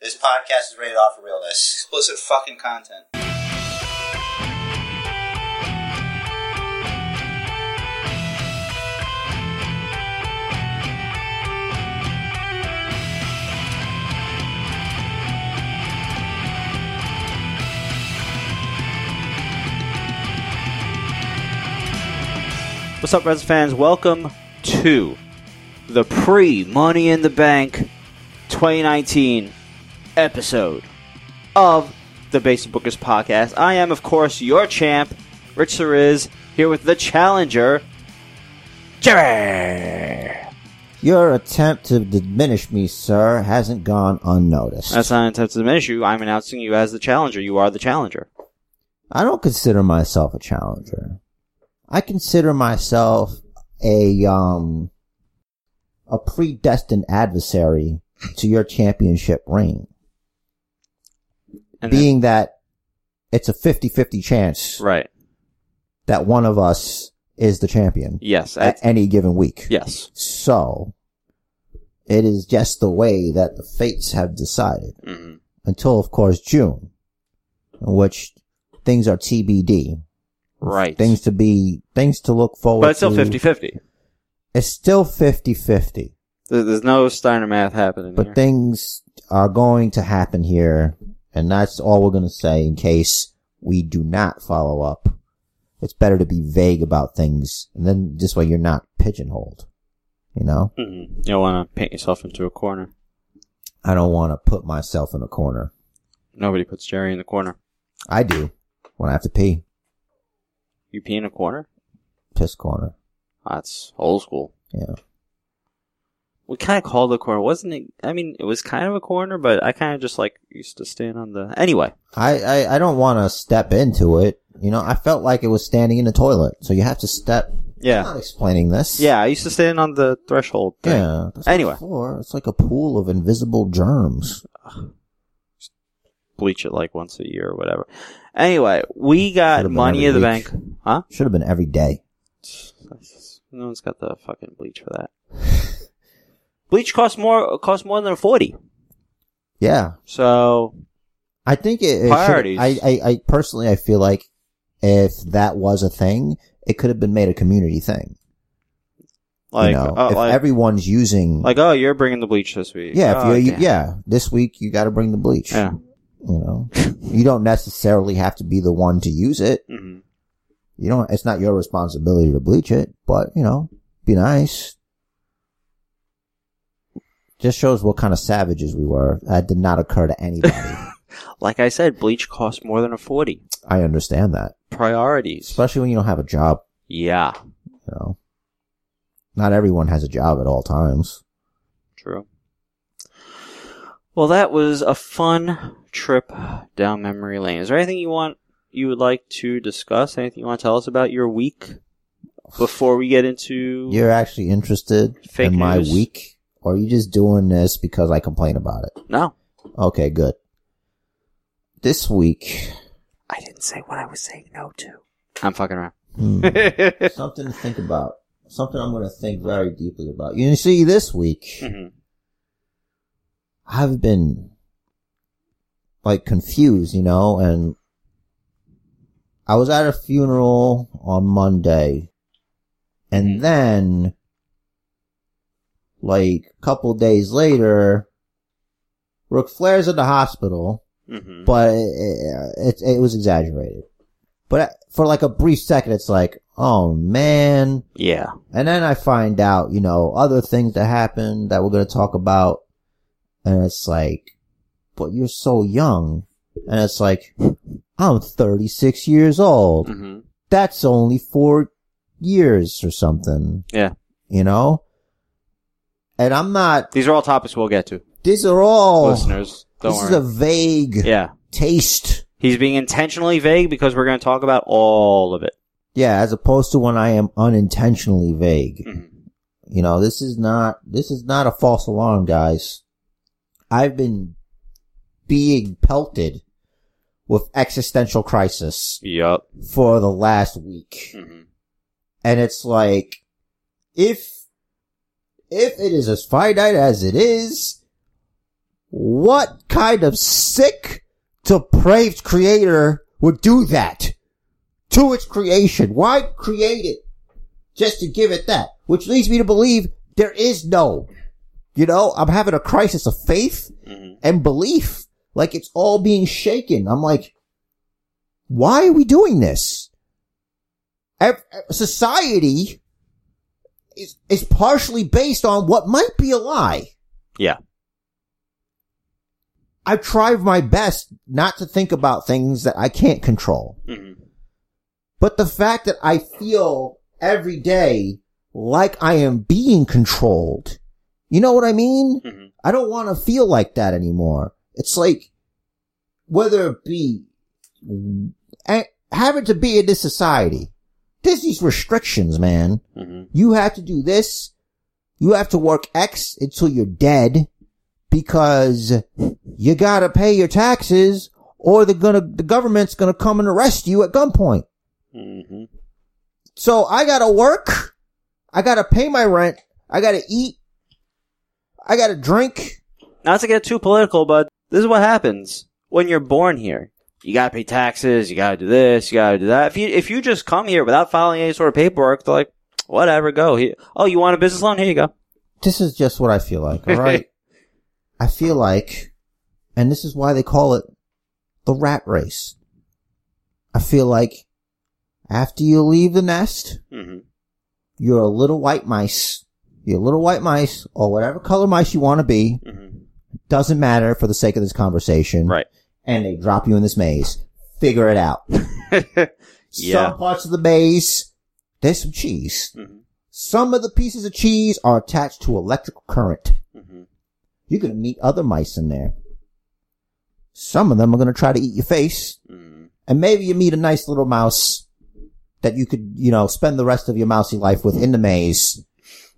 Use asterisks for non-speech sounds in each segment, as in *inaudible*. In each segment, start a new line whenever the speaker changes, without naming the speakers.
This podcast is rated off for realness.
Explicit fucking content.
What's up, Reds fans? Welcome to the pre Money in the Bank 2019 episode of the Basic Bookers podcast. I am, of course, your champ, Rich Ceriz, here with the challenger, Jerry.
Your attempt to diminish me, sir, hasn't gone unnoticed.
That's not an attempt to diminish you. I'm announcing you as the challenger. You are the challenger.
I don't consider myself a challenger. I consider myself a um a predestined adversary to your championship reign.
And
being that it's a 50-50 chance
then- right.
that one of us is the champion
Yes.
at
I-
any given week.
yes.
So it is just the way that the fates have decided.
hmm
Until of course June, in which things are TBD.
Right.
things to be things to look forward
but it's still
to.
50 50.
It's still 50-50,
There's no Steiner math happening.
but
here.
things are going to happen here, and that's all we're going to say in case we do not follow up. It's better to be vague about things, and then this way you're not pigeonholed. You know,
Mhm. You don't want to paint yourself into a corner.
I don't want to put myself in a corner.
Nobody puts Jerry in the corner.
I do when I have to pee,
You pee in a corner?
piss corner.
That's old school.
Yeah,
We kind of called it a corner, wasn't it? I mean, it was kind of a corner, but I kind of just like used to stand on the. Anyway,
I I, I don't want to step into it. You know, I felt like it was standing in the toilet, so you have to step. I'm
yeah,
not explaining this.
yeah, I used to stand on the threshold. Thing.
Yeah. that's
Anyway.
the floor. it's like a pool of invisible germs.
bleach it like once a year or whatever. Anyway, we got
Should've been
Uh, money in
every
the
week.
bank, *sighs* huh?
Should have been every day.
No one's got the fucking bleach for that. bleach costs more costs more than a forty,
Yeah,
so
I think it. it
Priorities.
should- I, I, I personally, I feel like if that was a thing, it could have been made a community thing.
like
you know,
uh,
if
like,
everyone's using,
like oh, you're bringing the bleach this week.
yeah, if
Oh,
you, you
damn.
yeah, this week you got to bring the bleach.
yeah.
You know, you don't necessarily have to be the one to use it.
hmm
You don't. It's not your responsibility to bleach it, but you know, be nice. Just shows what kind of savages we were. That did not occur
*laughs*
to anybody.
Like I said, bleach costs more than a forty.
I understand that,
Priorities.
especially when you don't have a job.
Yeah.
You know, not everyone has a job at all times.
True. Well, that was a fun trip down memory lane. Is there anything you want you would like to discuss? Anything you want to tell us about your week before we get into?
You're actually interested
Fake
in my
news.
week, or are you just doing this because I complain about it?
No,
Okay, good. This week,
I didn't say what I was saying no to. I'm fucking *laughs* around. Mm-hmm.
hmm, something to think about. Something I'm going to think very deeply about. You see, this week
Mhm.
I've been like confused, you know, and I was at a funeral on Monday and
Mhm.
then like a couple days later Ric Flair's at the hospital,
Mhm.
but it, it, it was exaggerated. But for like a brief second, it's like, oh man,
Yeah.
and then I find out, you know, other things that happened that we're going to talk about. And it's like, but you're so young. And it's like, I'm 36 years old.
hmm
That's only four years or something.
Yeah.
You know? And I'm not,
These are all topics we'll get to,
these are all,
listeners. Don't
Oh, this is
worry.
a vague
yeah.
taste.
He's being intentionally vague because we're going to talk about all of it.
Yeah, as opposed to when I am unintentionally vague.
Mhm.
You know, this is not this is not a false alarm, guys. I've been being pelted with existential crisis
Yup.
for the last week.
hmm
And it's like if if it is as finite as it is, What kind of sick, depraved creator would do that to its creation? Why create it just to give it that? Which leads me to believe there is no, you know, I'm having a crisis of faith
Mm-hmm.
and belief. Like it's all being shaken. I'm like, why are we doing this? Ev- ev- Society is, is partially based on what might be a lie.
Yeah.
I try my best not to think about things that I can't control.
Mm-hmm.
But the fact that I feel every day like I am being controlled, you know what I mean?
Mhm.
I don't want to feel like that anymore. It's like, whether it be and having to be in this society, there's these restrictions, man.
Mm-hmm.
You have to do this. You have to work X until you're dead because you gotta pay your taxes or they're gonna, the government's gonna come and arrest you at gunpoint.
Mm-hmm.
So I gotta work. I gotta pay my rent. I gotta eat. I gotta drink.
Not to get too political, but this is what happens when you're born here. You gotta pay taxes. You gotta do this. You gotta do that. If you if you just come here without filing any sort of paperwork, they're like, whatever, go. Here. Oh, you want a business loan? Here you go.
This is just what I feel like,
*laughs*
alright? I feel like, and this is why they call it the rat race. I feel like after you leave the nest,
hmm
you're a little white mice. You're little white mice or whatever color mice you want to be.
hmm
Doesn't matter for the sake of this conversation.
Right.
And they drop you in this maze. Figure
*laughs*
it out.
Yeah.
Some parts of the maze, there's some cheese.
Mhm.
Some of the pieces of cheese are attached to electrical current.
Mhm.
You're gonna meet other mice in there. Some of them are gonna try to eat your face.
Mhm.
And maybe you meet a nice little mouse that you could, you know, spend the rest of your mousy life with in the maze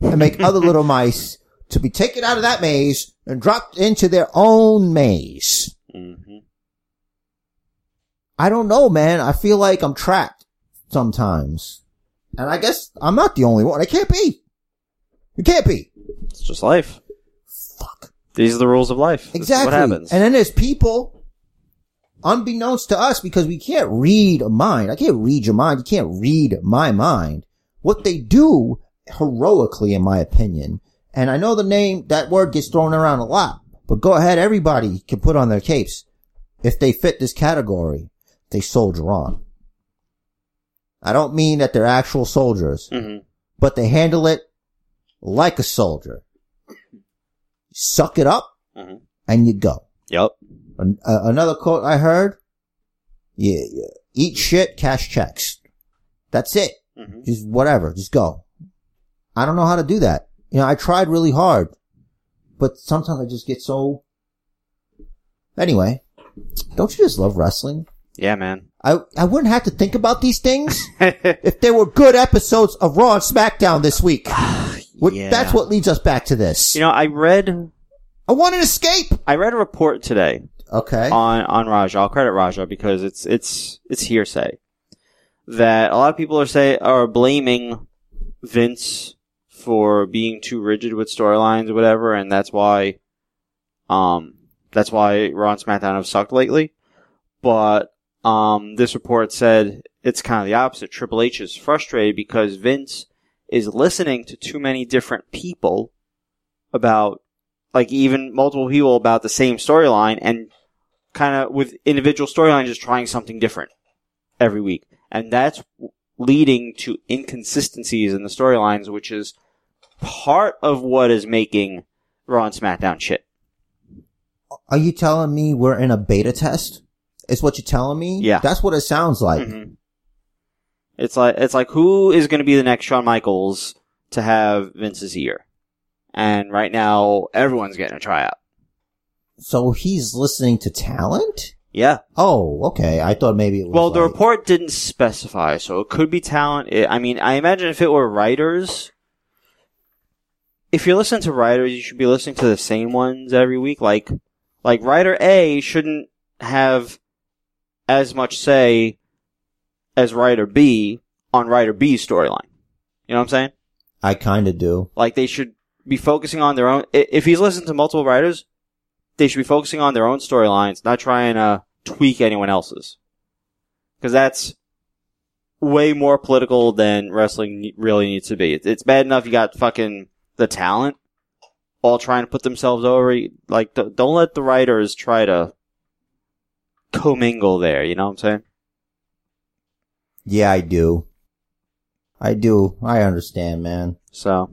and make other little mice to be taken out of that maze and dropped into their own maze.
Mhm.
I don't know, man. I feel like I'm trapped sometimes. And I guess I'm not the only one. I can't be. It can't be.
It's just life.
Fuck.
These are the rules of life. This is
Exactly.
what happens?
And then there's people unbeknownst to us because we can't read a mind. I can't read your mind. You can't read my mind. What they do heroically, in my opinion, and I know the name, that word gets thrown around a lot, but go ahead. Everybody can put on their capes. If they fit this category, they soldier on. I don't mean that they're actual soldiers
Mhm.
but they handle it like a soldier. Suck it up
Mhm.
and you go.
Yep.
An- uh, another quote I heard, yeah, yeah, eat shit, cash checks. That's it.
Mhm.
Just whatever. Just go. I don't know how to do that. You know, I tried really hard, but sometimes I just get so. Anyway, don't you just love wrestling?
Yeah, man. *laughs*
I, I wouldn't have to think about these things if there were good episodes of Raw and SmackDown this week. Which,
Yeah.
That's what leads us back to this.
You know, I read
I want an escape.
I read a report today
Okay.
on on Raja. I'll credit Raja because it's it's it's hearsay that a lot of people are say are blaming Vince for being too rigid with storylines or whatever, and that's why um that's why Raw and SmackDown have sucked lately. But um this report said it's kind of the opposite. Triple H is frustrated because Vince is listening to too many different people about like even multiple people about the same storyline and kind of with individual storylines just trying something different every week. And that's leading to inconsistencies in the storylines, which is part of what is making Raw and SmackDown shit.
Are you telling me we're in a beta test? Is what you're telling me?
Yeah.
That's what it sounds like.
Mhm. It's like it's like who is going to be the next Shawn Michaels to have Vince's ear? And right now, everyone's getting a tryout.
So he's listening to talent?
Yeah.
Oh, okay. I thought maybe it was.
Well, the
like-
report didn't specify, so it could be talent. It, I mean, I imagine if it were writers, if you're listening to writers, you should be listening to the same ones every week. Like, like writer A shouldn't have as much say as writer B on writer B's storyline. You know what I'm saying?
I kind of do.
Like they should be focusing on their own. i- If he's listening to multiple writers, they should be focusing on their own storylines, not trying to tweak anyone else's. Because that's way more political than wrestling really needs to be. It's, it's bad enough you got fucking the talent all trying to put themselves over. Like, d- don't let the writers try to commingle there. You know what I'm saying?
Yeah, I do. I do. I understand, man.
So,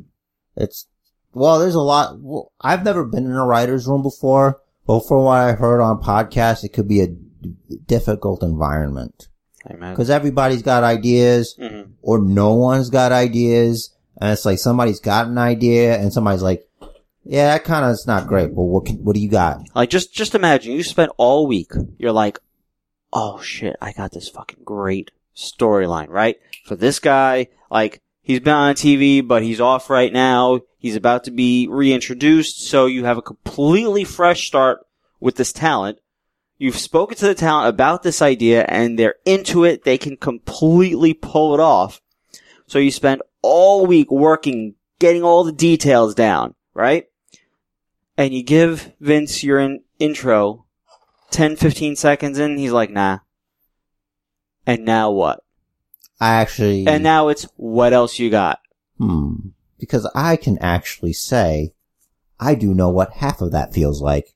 It's well, there's a lot. well, I've never been in a writer's room before, but from what I heard on podcasts, it could be a d- difficult environment
hey, man.
because everybody's got ideas,
Mhm.
or no one's got ideas, and it's like somebody's got an idea, and somebody's like, "Yeah, that kind of is not great." Well, what can, what do you got?
Like, just, just imagine you spent all week, you're like, oh shit, I got this fucking great storyline, right? For this guy, like, he's been on TV, but he's off right now. He's about to be reintroduced, so you have a completely fresh start with this talent. You've spoken to the talent about this idea, and they're into it. They can completely pull it off. So you spend all week working, getting all the details down, right? and you give Vince your in- intro 10, 15 seconds in, he's like, nah. And now what?
I actually
And now it's what else you got?
hmm, because I can actually say, I do know what half of that feels like.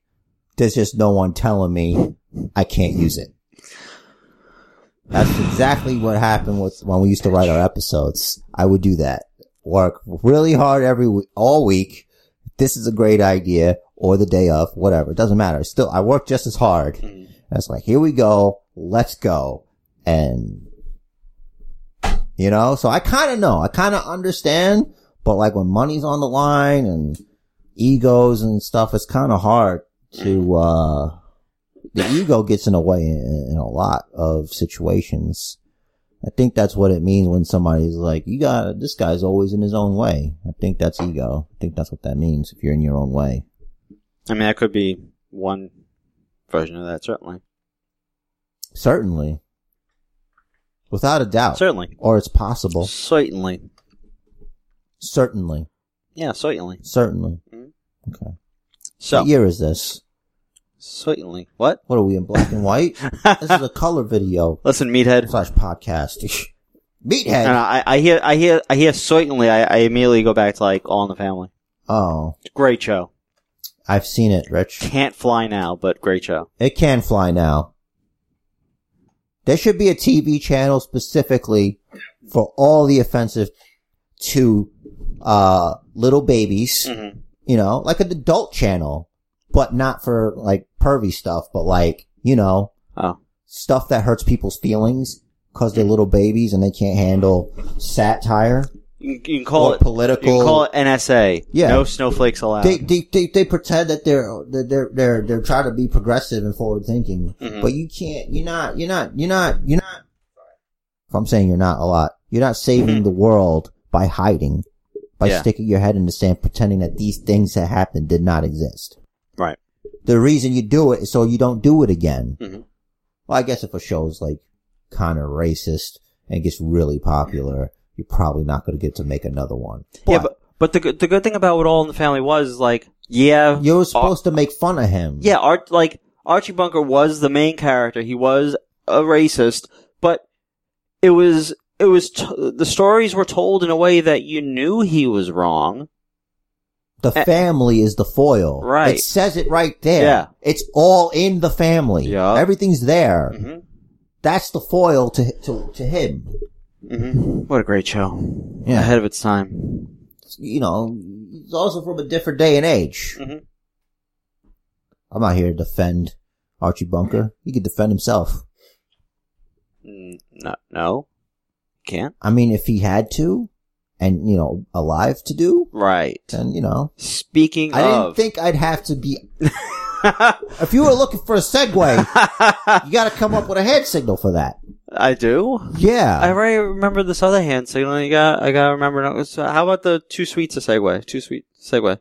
There's just no one telling me I can't use it. That's exactly what happened with when we used to write our episodes. I would do that. Work really hard every week, all week. This is a great idea or the day of, whatever. It doesn't matter. Still, I work just as hard. And
Mm-hmm.
it's like, here we go. Let's go. And you know, so I kind of know. I kind of understand, but like when money's on the line and egos and stuff, it's kind of hard to, uh, the ego gets in the way in, in a lot of situations. I think that's what it means when somebody's like, you got, this guy's always in his own way. I think that's ego. I think that's what that means if you're in your own way.
I mean, that could be one version of that, certainly.
Certainly. Without a doubt.
Certainly.
Or it's possible.
Certainly.
Certainly.
Yeah, certainly.
Certainly.
Mhm.
Okay.
So,
what year is this?
certainly. What? *laughs*
What are we in black and white? this is a color video
Listen, meathead.
slash podcast. *laughs*
And
Meathead.
I, I hear, I hear, I hear certainly. I, I immediately go back to like All in the Family.
Oh,
Great show.
I've seen it, Rich.
Can't fly now, but great show.
It can fly now. There should be a TV channel specifically for all the offensive to uh little babies.
Mm-hmm.
You know, like an adult channel, but not for like pervy stuff, but like you know,
Oh.
stuff that hurts people's feelings because they're little babies and they can't handle satire
You, you can call
or
it, you
political.
can call it uh, NSA.
Yeah.
No snowflakes allowed.
they, they, they, they pretend that they're that they're they're they're trying to be progressive and forward thinking,
Mhm.
but you can't. You're not. You're not. You're not. You're not. If I'm saying you're not a lot, you're not saving the world by hiding, by
Mm-hmm. Yeah.
sticking your head in the sand, pretending that these things that happened did not exist.
Right.
The reason you do it is so you don't do it again.
Mhm.
Well, I guess if a show's like kind of racist and gets really popular, you're probably not going to get to make another one.
Yeah, but but the good- the good thing about what All in the Family was is like yeah
you were supposed to make fun of him.
uh, yeah Art like Archie Bunker was the main character. He was a racist, but it was it was t- the stories were told in a way that you knew he was wrong.
The
A-
family is the foil.
Right.
It says it right there.
Yeah.
It's all in the family.
Yeah.
Everything's there.
Mm-hmm.
That's the foil to, to, to him.
Mm-hmm. What a great show!
Yeah.
ahead of its time.
You know, he's also from a different day and age.
Mhm.
I'm not here to defend Archie Bunker. He could defend himself.
Mm, No, no, can't.
I mean, if he had to, and, you know, alive to do,
Right.
then, you know.
Speaking
I didn't
of,
think I'd have to be. If you were looking for a segue, *laughs* you gotta come up with a hand signal for that.
*laughs* I do.
Yeah.
I already remember this other hand signal. You got, I gotta remember. now. So How about the two sweets of Segway? Two sweet Segway.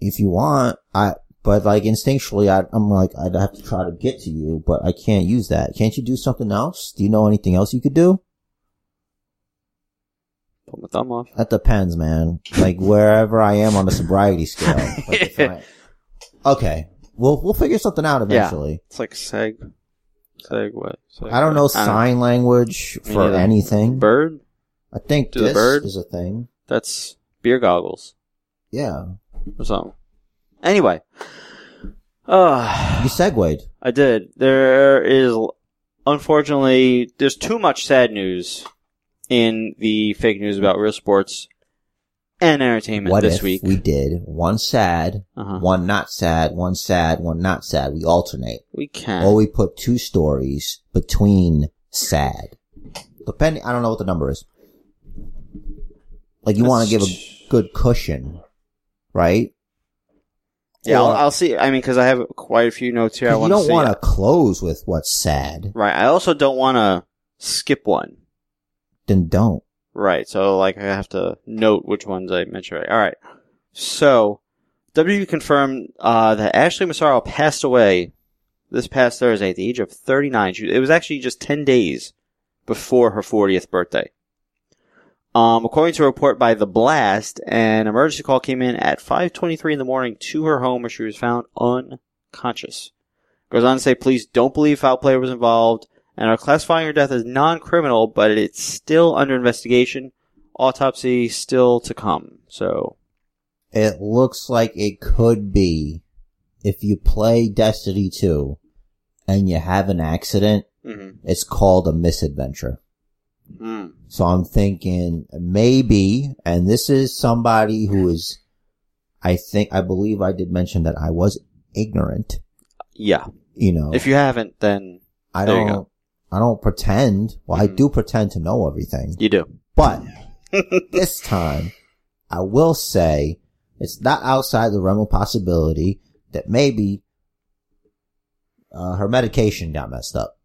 if you want, I, but like instinctually, I, I'm like, I'd have to try to get to you, but I can't use that. Can't you do something else? Do you know anything else you could do?
Put my thumb off.
That
*laughs*
depends, man. Like wherever I am on the sobriety scale. Like, if I- okay. We'll we'll figure something out eventually.
It's like seg, segway.
I don't know
sign
sign language
Me
for
neither.
anything.
Bird.
I think
Do the
this
bird?
is a thing.
That's beer goggles
Yeah,
or something. Anyway, uh,
you segued.
I did. There is unfortunately there's too much sad news in the fake news about real sports and entertainment
What
this
if
week.
we did one sad,
uh-huh.
one not sad, one sad, one not sad? We alternate,
We can.
or we put two stories between sad. Depending, I don't know what the number is. Like you want to give a good cushion, right?
Yeah, I'll,
Or-
I'll see. I mean, because I have quite a few notes here. I
'Cause you
want
don't
to
want
want
to close with what's sad.
Right. I also don't want to skip one.
Then don't.
Right. So, like, I have to note which ones I mentioned. Right. All right. So, W confirmed uh, that Ashley Massaro passed away this past Thursday at the age of 39. She, it was actually just 10 days before her 40th birthday. Um, according to a report by The Blast, an emergency call came in at 5.23 in the morning to her home where she was found unconscious. Goes on to say, police don't believe foul play was involved and are classifying her death as non-criminal, but it's still under investigation. Autopsy still to come. So,
It looks like it could be if you play Destiny 2 and you have an accident,
mm-hmm. Hmm.
it's called a misadventure. So I'm thinking maybe, and this is somebody who is, I think, I believe I did mention that I was ignorant,
yeah.
you know.
If you haven't, then
I
there you Mm-hmm.
don't, I don't pretend. Well, I do pretend to know everything.
you do. *laughs*
But this time, I will say it's not outside the realm of possibility that maybe uh, her medication got messed up.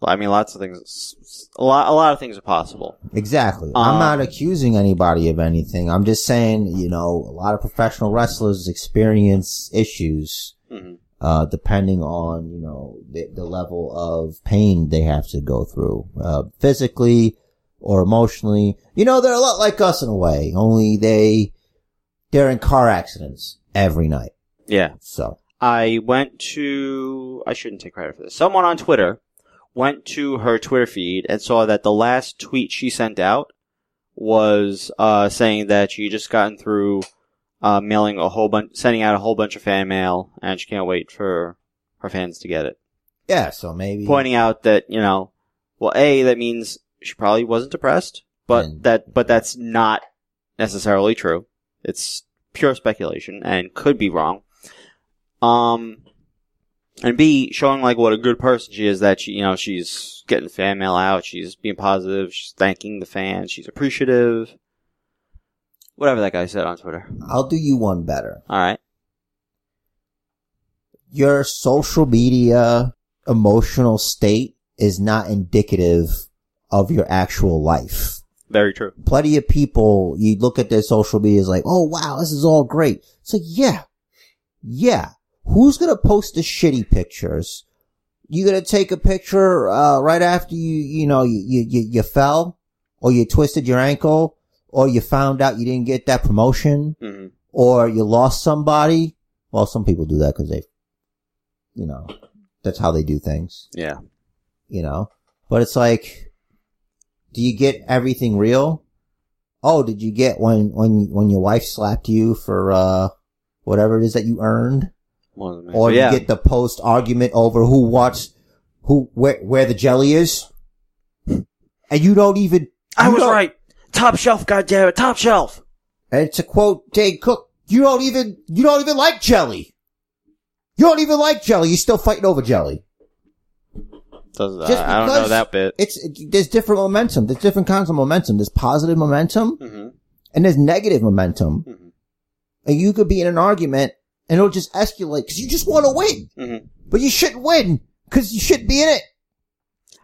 I mean, lots of things. A lot, a lot of things are possible.
Exactly.
Um,
I'm not accusing anybody of anything. I'm just saying, you know, a lot of professional wrestlers experience issues
Mm-hmm.
uh, depending on you know the, the level of pain they have to go through uh, physically or emotionally. You know, they're a lot like us in a way. Only they they're in car accidents every night.
Yeah.
So
I went to. I shouldn't take credit for this. Someone on Twitter went to her Twitter feed and saw that the last tweet she sent out was uh, saying that she just gotten through uh, mailing a whole bunch, sending out a whole bunch of fan mail, and she can't wait for her fans to get it.
yeah, so maybe
Pointing out that you know, well, a that means she probably wasn't depressed, but
And-
that but that's not necessarily true. It's pure speculation and could be wrong. Um, and B, showing like what a good person she is that she, you know, she's getting fan mail out, she's being positive, she's thanking the fans, she's appreciative. Whatever that guy said on Twitter.
I'll do you one better.
All right.
Your social media emotional state is not indicative of your actual life.
Very true.
plenty of people you look at their social media is like, oh wow, this is all great. It's like, yeah, yeah. Who's gonna post the shitty pictures? You gonna take a picture uh, right after you you know you, you you you fell or you twisted your ankle or you found out you didn't get that promotion
hmm
or you lost somebody. Well, some people do that because they, you know, that's how they do things
Yeah.
you know. But it's like, do you get everything real? Oh, did you get when when when your wife slapped you for uh whatever it is that you earned,
More than me.
or
Oh, yeah.
you get the post argument over who watched who where where the jelly is, and you don't even.
I
you
was
don't-
right. Top shelf, goddammit, top shelf.
And to quote Dane Cook, you don't even you don't even like jelly. You don't even like jelly. You're still fighting over jelly.
Does,
Just
I, I don't know
because-
that bit.
It's there's different momentum. There's different kinds of momentum. There's positive momentum.
hmm
and there's negative momentum.
Mhm.
And you could be in an argument and it'll just escalate because you just want to win,
hmm
but you shouldn't win because you shouldn't be in it.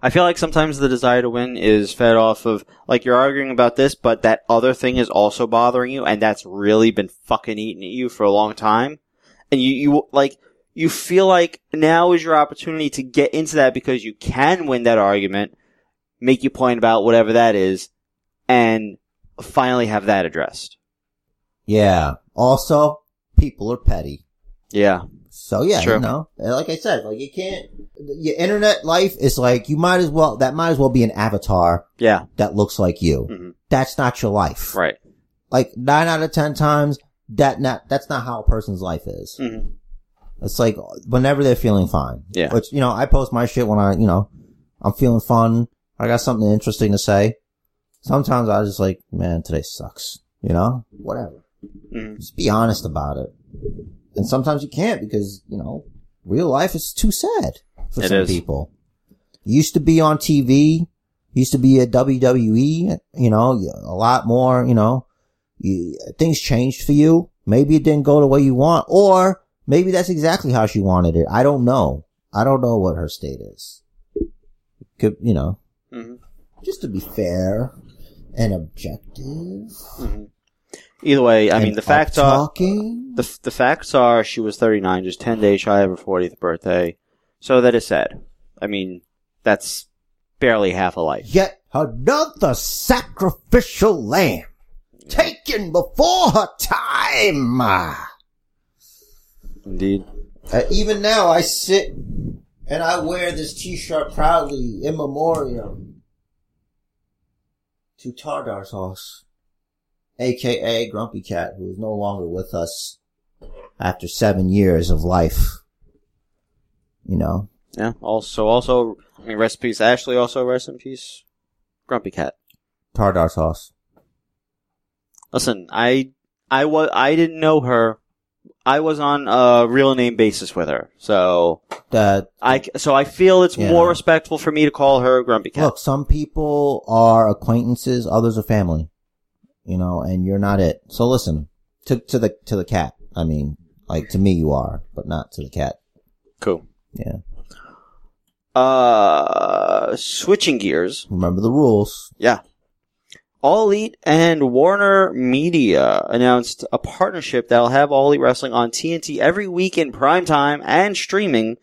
I feel like sometimes the desire to win is fed off of like you're arguing about this, but that other thing is also bothering you, and that's really been fucking eating at you for a long time, and you you like you feel like now is your opportunity to get into that because you can win that argument, make your point about whatever that is, and finally have that addressed.
Yeah. Also, people are petty.
Yeah,
So yeah,
True.
you know, and like I said, like you can't, your internet life is like, you might as well, that might as well be an avatar
Yeah,
that looks like you.
Mhm.
That's not your life.
right.
Like nine out of 10 times, that not, that's not how a person's life is.
Mhm.
It's like whenever they're feeling fine.
Yeah.
Which, you know, I post my shit when I, you know, I'm feeling fun. I got something interesting to say. Sometimes I just like, man, today sucks. You know, whatever.
Mhm.
Just be honest about it. And sometimes you can't because, you know, real life is too sad for
It
some
is.
people. You used to be on TV, used to be at WWE, you know, a lot more, you know, you, things changed for you. Maybe it didn't go the way you want, or maybe that's exactly how she wanted it. I don't know. I don't know what her state is. Could, you know,
Mhm.
just to be fair and objective.
Either way, I
and
mean the facts are
up-talking.
the f- the facts are she was 39, just 10 days shy of her 40th birthday. So that is sad. I mean, that's barely half a life.
Yet another sacrificial lamb taken before her time.
Indeed.
Uh, even now, I sit and I wear this T-shirt proudly in memoriam to Tardar's horse, aka Grumpy Cat, who is no longer with us after seven years of life. You know,
Yeah. Also, also, I mean, rest in peace, Ashley. Also, rest in peace, Grumpy Cat.
Tardar's horse.
Listen, I, I was, I didn't know her. I was on a real name basis with her, so
That
I, c- so I feel it's
Yeah.
more respectful for me to call her Grumpy Cat.
look, some people are acquaintances, others are family. You know, and you're not it. So listen to to the to the cat. I mean, like to me, you are, but not to the cat.
Cool.
Yeah.
Uh, switching gears.
Remember the rules.
Yeah. All Elite and Warner Media announced a partnership that'll have All Elite Wrestling on TNT every week in prime time and streaming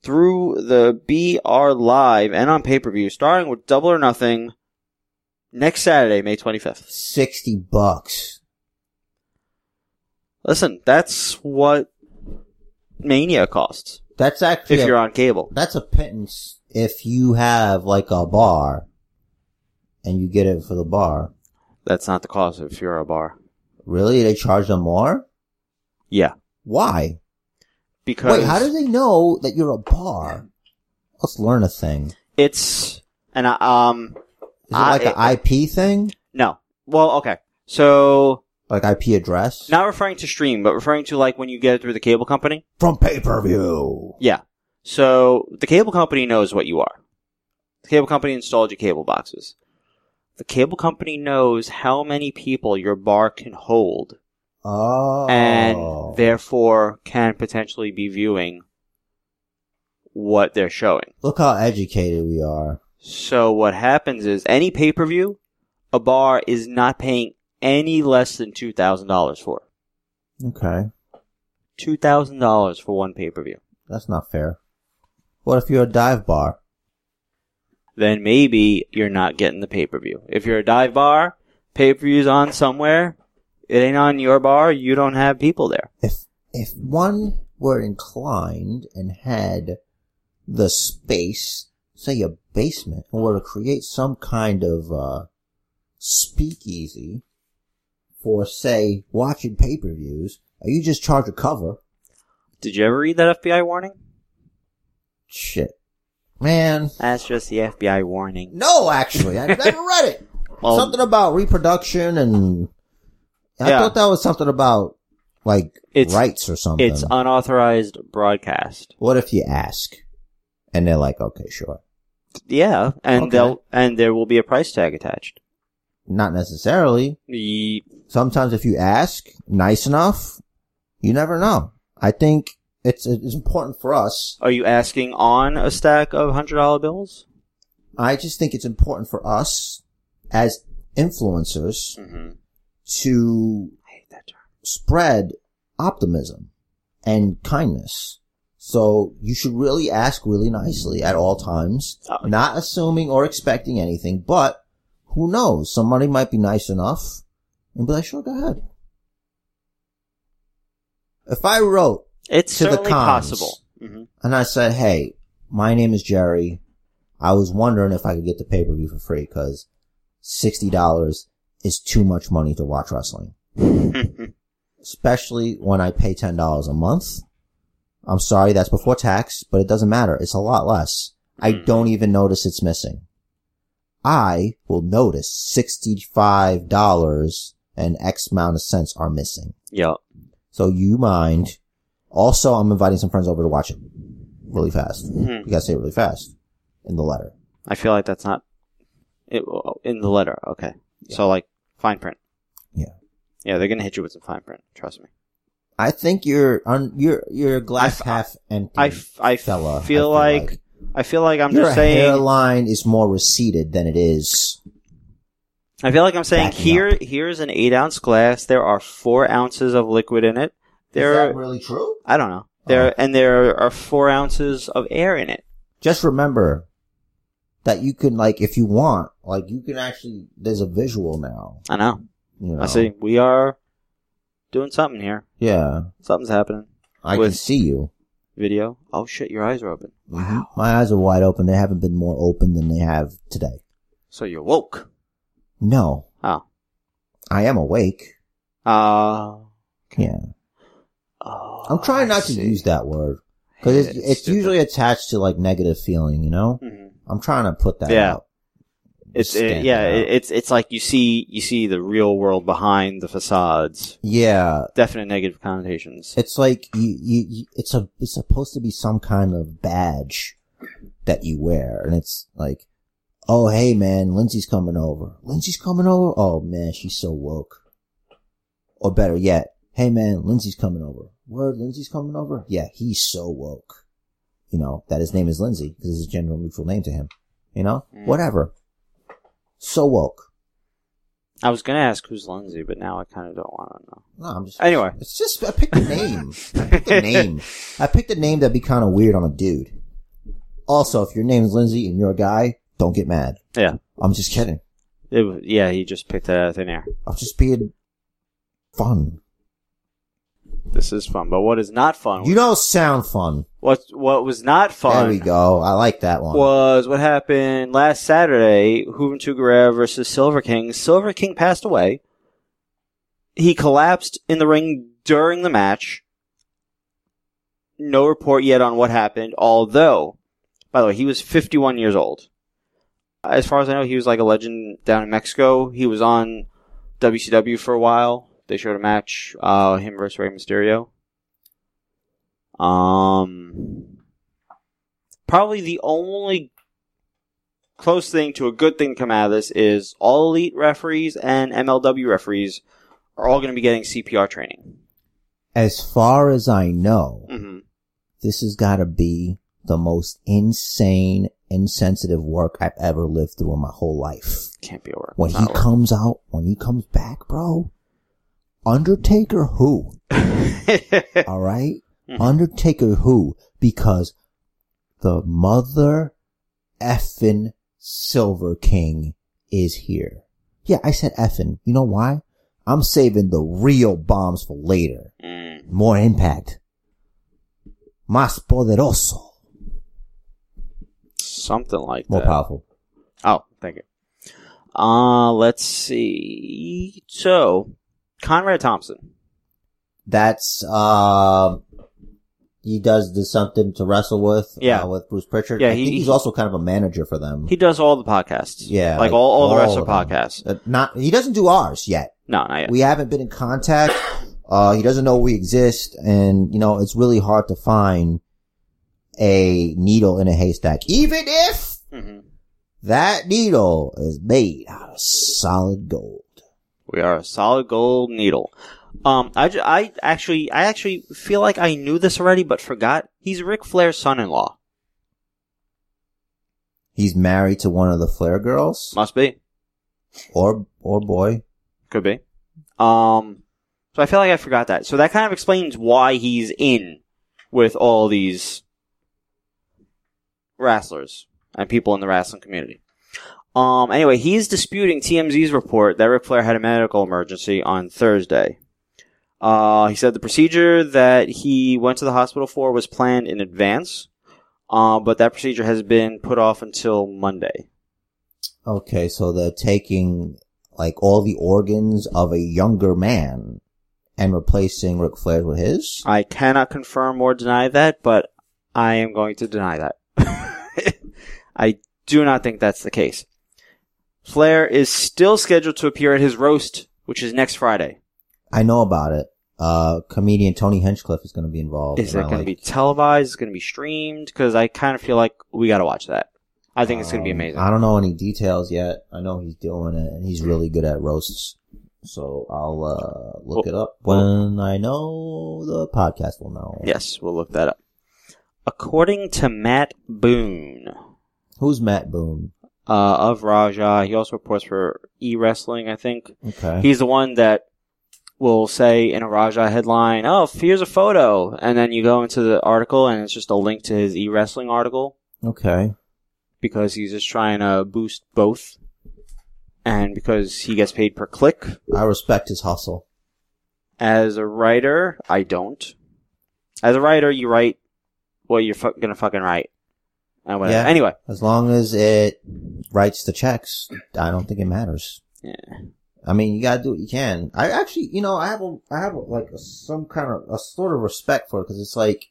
through the BR Live and on pay per view, starting with Double or Nothing next Saturday, May 25th.
60 bucks.
Listen, that's what Mania costs
That's actually,
if
a-
you're on cable.
that's a pittance if you have like a bar and you get it for the bar.
That's not the cost if you're a bar.
Really? They charge them more?
Yeah.
Why?
Because
Wait, how do they know that you're a bar? Let's learn a thing.
it's, and I, um,
Is it
I-
like an IP thing?
no. Well, okay. So
Like IP address?
Not referring to stream, but referring to like when you get it through the cable company.
From pay per view.
Yeah. So the cable company knows what you are. The cable company installed your cable boxes. The cable company knows how many people your bar can hold
Oh.
and therefore can potentially be viewing what they're showing.
Look how educated we are.
So what happens is any pay per view, a bar is not paying any less than $2,000 for.
Okay.
$2,000 for one pay per view.
That's not fair. What if you're a dive bar?
then maybe you're not getting the pay per view. If you're a dive bar, pay per view's on somewhere. It ain't on your bar. You don't have people there.
if if one were inclined and had the space, say a basement, and were to create some kind of uh, speakeasy for, say, watching pay per views, you just charge a cover.
Did you ever read that FBI warning?
Shit, man.
That's just the FBI warning.
No, actually,
*laughs*
I never read it.
Well-
something about reproduction, and I
Yeah.
thought that was something about like
It's-
rights or something.
It's uh, unauthorized broadcast.
What if you ask? And they're like, okay, sure.
Yeah, and
Okay.
they'll and there will be a price tag attached.
Not necessarily.
Ye-
Sometimes if you ask nice enough, you never know. I think it's, it's important for us.
Are you asking on a stack of hundred dollar bills?
I just think it's important for us as influencers
Mm-hmm.
to
I hate that term.
spread optimism and kindness. So you should really ask really nicely at all times,
Oh.
not assuming or expecting anything, but who knows? Somebody might be nice enough and be like, sure, go ahead. If I wrote
It's
To the
certainly
cons.
possible. hmm
And I said, hey, my name is Jerry. I was wondering if I could get the pay-per-view for free because $60 is too much money to watch wrestling.
Mm-hmm.
Especially when I pay $10 a month. I'm sorry, that's before tax, but it doesn't matter. It's a lot less. I
Hmm.
don't even notice it's missing. I will notice $65 and X amount of cents are missing.
*laughs* yeah.
So you mind. Also, I'm inviting some friends over to watch it really fast.
Hmm.
You gotta say it really fast in the letter.
I feel like that's not it, oh, in the letter. Okay. So, like, fine print.
Yeah.
Yeah, they're going to hit you with some fine print. Trust me.
I think you're un, you're you're glass
I f-
half empty.
I, f- I
fella, I
feel like, I feel like I'm
your
just saying.
hairline is more receded than it is.
I feel like I'm saying
Backing
here here is an eight ounce glass. There are four ounces of liquid in it. There,
really true?
I don't know.
Oh.
There and there are four ounces of air in it.
Just remember that you can like if you want, like you can actually. There's a visual now.
I know.
You know.
I see. We are doing something here.
Yeah,
Something's happening.
I can
With-
see you.
Video. Oh shit! Your eyes are open.
Wow. My eyes are wide open. They haven't been more open than they have today.
So you're woke.
No,
Oh.
I am awake.
Uh,
Yeah.
oh.
I'm trying not to use that word because it's, it's usually attached to like negative feeling. You know,
Mhm.
I'm trying to put that
Yeah.
out.
It's it,
Stand
yeah.
out.
It, it's it's like you see you see the real world behind the facades.
yeah.
Definite negative connotations.
It's like you, you, you, it's a, it's supposed to be some kind of badge that you wear, and it's like, oh hey man, Lindsay's coming over. Lindsay's coming over. Oh man, she's so woke. Or better yet, hey man, Lindsay's coming over. Word, Lindsay's coming over. Yeah, he's so woke. You know that his name is Lindsay because it's a gender neutral name to him. You know,
Mm.
whatever. So woke.
I was gonna ask who's Lindsay, but now I kind of don't want to know.
No, I'm just.
Anyway.
It's just I picked a name. I picked
*laughs*
a name. I picked a name that'd be kind of weird on a dude. Also, if your name's Lindsay and you're a guy, don't get mad.
Yeah.
I'm just kidding.
It was, yeah, he just picked that out of thin air.
I'm just being fun.
This is fun, but what is not fun?
You don't sound fun.
what what was not fun?
There we go. I like that one.
Was what happened last Saturday? Juventud Guerrero versus Silver King. Silver King passed away. He collapsed in the ring during the match. No report yet on what happened. Although, by the way, he was 51 years old. As far as I know, he was like a legend down in Mexico. He was on WCW for a while. They showed a match, uh, him versus Rey Mysterio. Um, probably the only close thing to a good thing to come out of this is all elite referees and MLW referees are all going to be getting CPR training.
as far as I know,
hmm
this has got to be the most insane, insensitive work I've ever lived through in my whole life.
Can't be a work.
When
It's
he
not a work.
comes out, when he comes back, bro, Undertaker who? All right?
Mhm.
Undertaker who? Because the mother effin' Silver King is here. Yeah, I said effin'. You know why? I'm saving the real bombs for later.
*laughs* Mm.
More impact. Más poderoso.
Something like
More
that.
powerful.
Oh, thank you. Uh, let's see. So, Conrad Thompson.
That's, um, he does this something to wrestle with.
Yeah.
uh, with Bruce Pritchard.
Yeah,
I
he-
think he's
he-
also kind of a manager for them.
He does all the podcasts.
Yeah,
Like,
like
all, all, the
all
rest of
of
the
them.
podcasts.
Uh, not he doesn't do ours yet.
No, not yet.
We haven't been in contact. Uh, he doesn't know we exist, and you know it's really hard to find a needle in a haystack, even if
hmm
that needle is made out of solid gold.
We are a solid gold needle. Um, I, ju- I actually, I actually feel like I knew this already, but forgot. He's Ric Flair's son-in-law.
He's married to one of the Flair girls,
Must be.
or or boy.
Could be. Um, so I feel like I forgot that. So that kind of explains why he's in with all these wrestlers and people in the wrestling community. Um, anyway, he's disputing TMZ's report that Ric Flair had a medical emergency on Thursday. Uh, he said the procedure that he went to the hospital for was planned in advance, uh, but that procedure has been put off until Monday.
Okay, so they're taking like all the organs of a younger man and replacing Ric Flair with his.
I cannot confirm or deny that, but I am going to deny that. *laughs* I do not think that's the case. Flair is still scheduled to appear at his roast, which is next Friday.
I know about it. Uh, comedian Tony Hinchcliffe is going to be involved.
Is
and
that
I
going to
like-
be televised? Is it going to be streamed? Because I kind of feel like we got to watch that. I think it's going to be
Um,
amazing.
I don't know any details yet. I know he's doing it, and he's really good at roasts. So I'll uh, look
Oh.
it up when I know the podcast will know.
Yes, we'll look that up. According to Matt Boone
Who's Matt Boone?
uh, of Raja, he also reports for E Wrestling. I think
Okay.
he's the one that will say in a Raja headline, "Oh, here's a photo," and then you go into the article and it's just a link to his E Wrestling article
okay.
because he's just trying to boost both, and because he gets paid per click.
I respect his hustle.
As a writer, I don't. As a writer, you write what you're fu- gonna fucking write, and whatever.
Yeah.
Anyway.
As long as it writes the checks, I don't think it matters.
Yeah.
I mean, you gotta do what you can. I actually, you know, I have a, I have a, like a, some kind of a sort of respect for it because it's like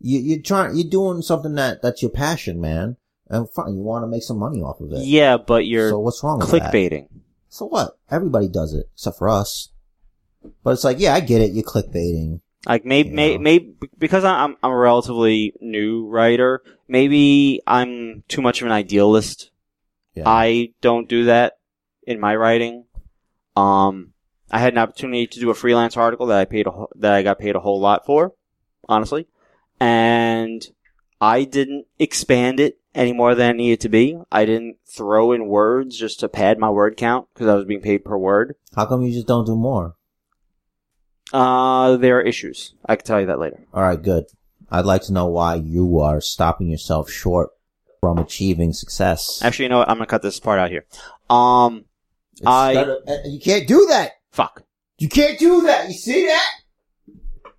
you, you're trying, you're doing something that that's your passion, man, and fine, you want to make some money off of it.
Yeah, but you're
so what's wrong with that?
clickbaiting.
So what? Everybody does it except for us. But it's like, yeah, I get it. You're clickbaiting.
Like maybe, may
Yeah.
maybe because I- I'm I'm a relatively new writer, maybe I'm too much of an idealist.
Yeah.
I don't do that in my writing. Um, I had an opportunity to do a freelance article that I paid a, wh- that I got paid a whole lot for, honestly, and I didn't expand it any more than it needed to be. I didn't throw in words just to pad my word count because I was being paid per word.
How come you just don't do more?
Uh, there are issues. I can tell you that later.
All right, good. I'd like to know why you are stopping yourself short from achieving success.
Actually, you know what? I'm gonna cut this part out here. Um,
It's
I-
gotta- uh, you can't do that.
fuck.
You can't do that. You see that?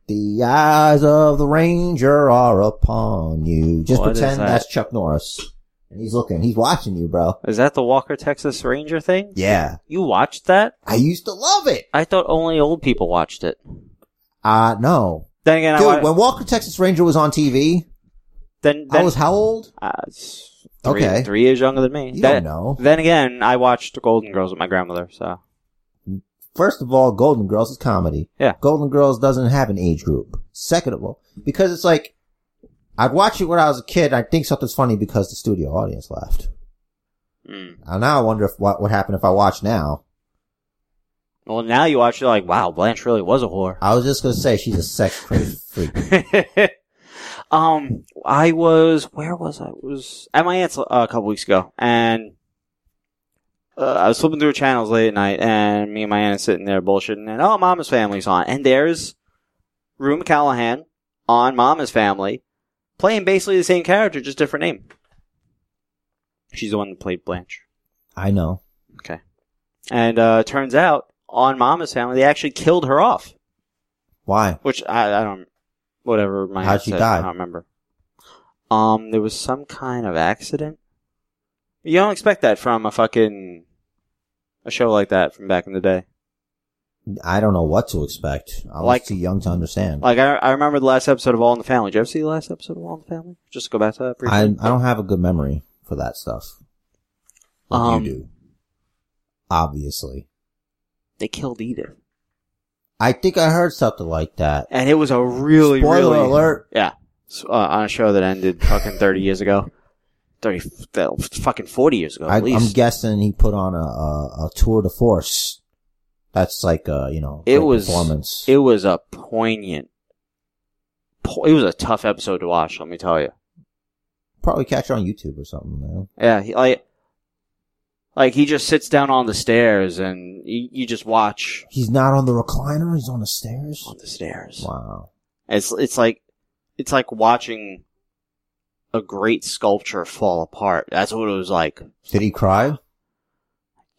The eyes of the ranger are upon you. Just
What is
pretend
that?
that's Chuck Norris, and he's looking. He's watching you, bro.
Is that the Walker Texas Ranger thing?
Yeah,
You watched that?
I used to love it.
I thought only old people watched it.
Uh no,
Then again, I
dude.
wa-
When Walker Texas Ranger was on TV,
then then
I was how old?
uh, s- three,
Okay.
three years younger than me.
You
Then,
don't know.
then again, I watched Golden Girls with my grandmother. So
First of all, Golden Girls is comedy.
Yeah.
Golden Girls doesn't have an age group. Second of all, because it's like, I'd watch it when I was a kid, and I'd think something's funny because the studio audience laughed.
mm.
Uh, Now I wonder if what would happen if I watched now.
well, now you watch it like, wow, Blanche really was a whore.
I was just gonna say she's a sex crazy *laughs* freak.
*laughs* um, I was where was I? I was at my aunt's uh, a couple weeks ago, and uh, I was flipping through channels late at night, and me and my aunt is sitting there bullshitting, and oh, Mama's Family's on, and there's Rue Callahan on Mama's Family, playing basically the same character, just different name. She's the one that played Blanche,
I know.
and uh, turns out on Mama's Family they actually killed her off,
Why?
which I, I don't. Whatever my
How'd
aunt
she
said,
die?
I don't remember. Um, there was some kind of accident. You don't expect that from a fucking a show like that from back in the day.
I don't know what to expect. I was
Like-
too young to understand.
Like I, I remember the last episode of All in the Family. Did you ever see the last episode of All in the Family? Just go back to that.
I I
briefly.
don't have a good memory for that stuff. Like
Um,
you do. Obviously.
They killed Edith,
I think I heard something like that.
and it was a really
Spoiler
really
alert.
yeah s- uh, on a show that ended fucking thirty years ago, thirty f- that- fucking forty years ago at
I, I'm
least.
guessing he put on a, a, a tour de force. That's like a, you know,
It
great
was-
performance.
It was a poignant. Po- it was a tough episode to watch. Let me tell you.
Probably catch it on YouTube or something, man.
Yeah, he, like, like he just sits down on the stairs and you, you just watch
He's not on the recliner. He's on the stairs.
on the stairs.
Wow.
It's it's like it's like watching a great sculpture fall apart. That's what it was like.
Did he cry?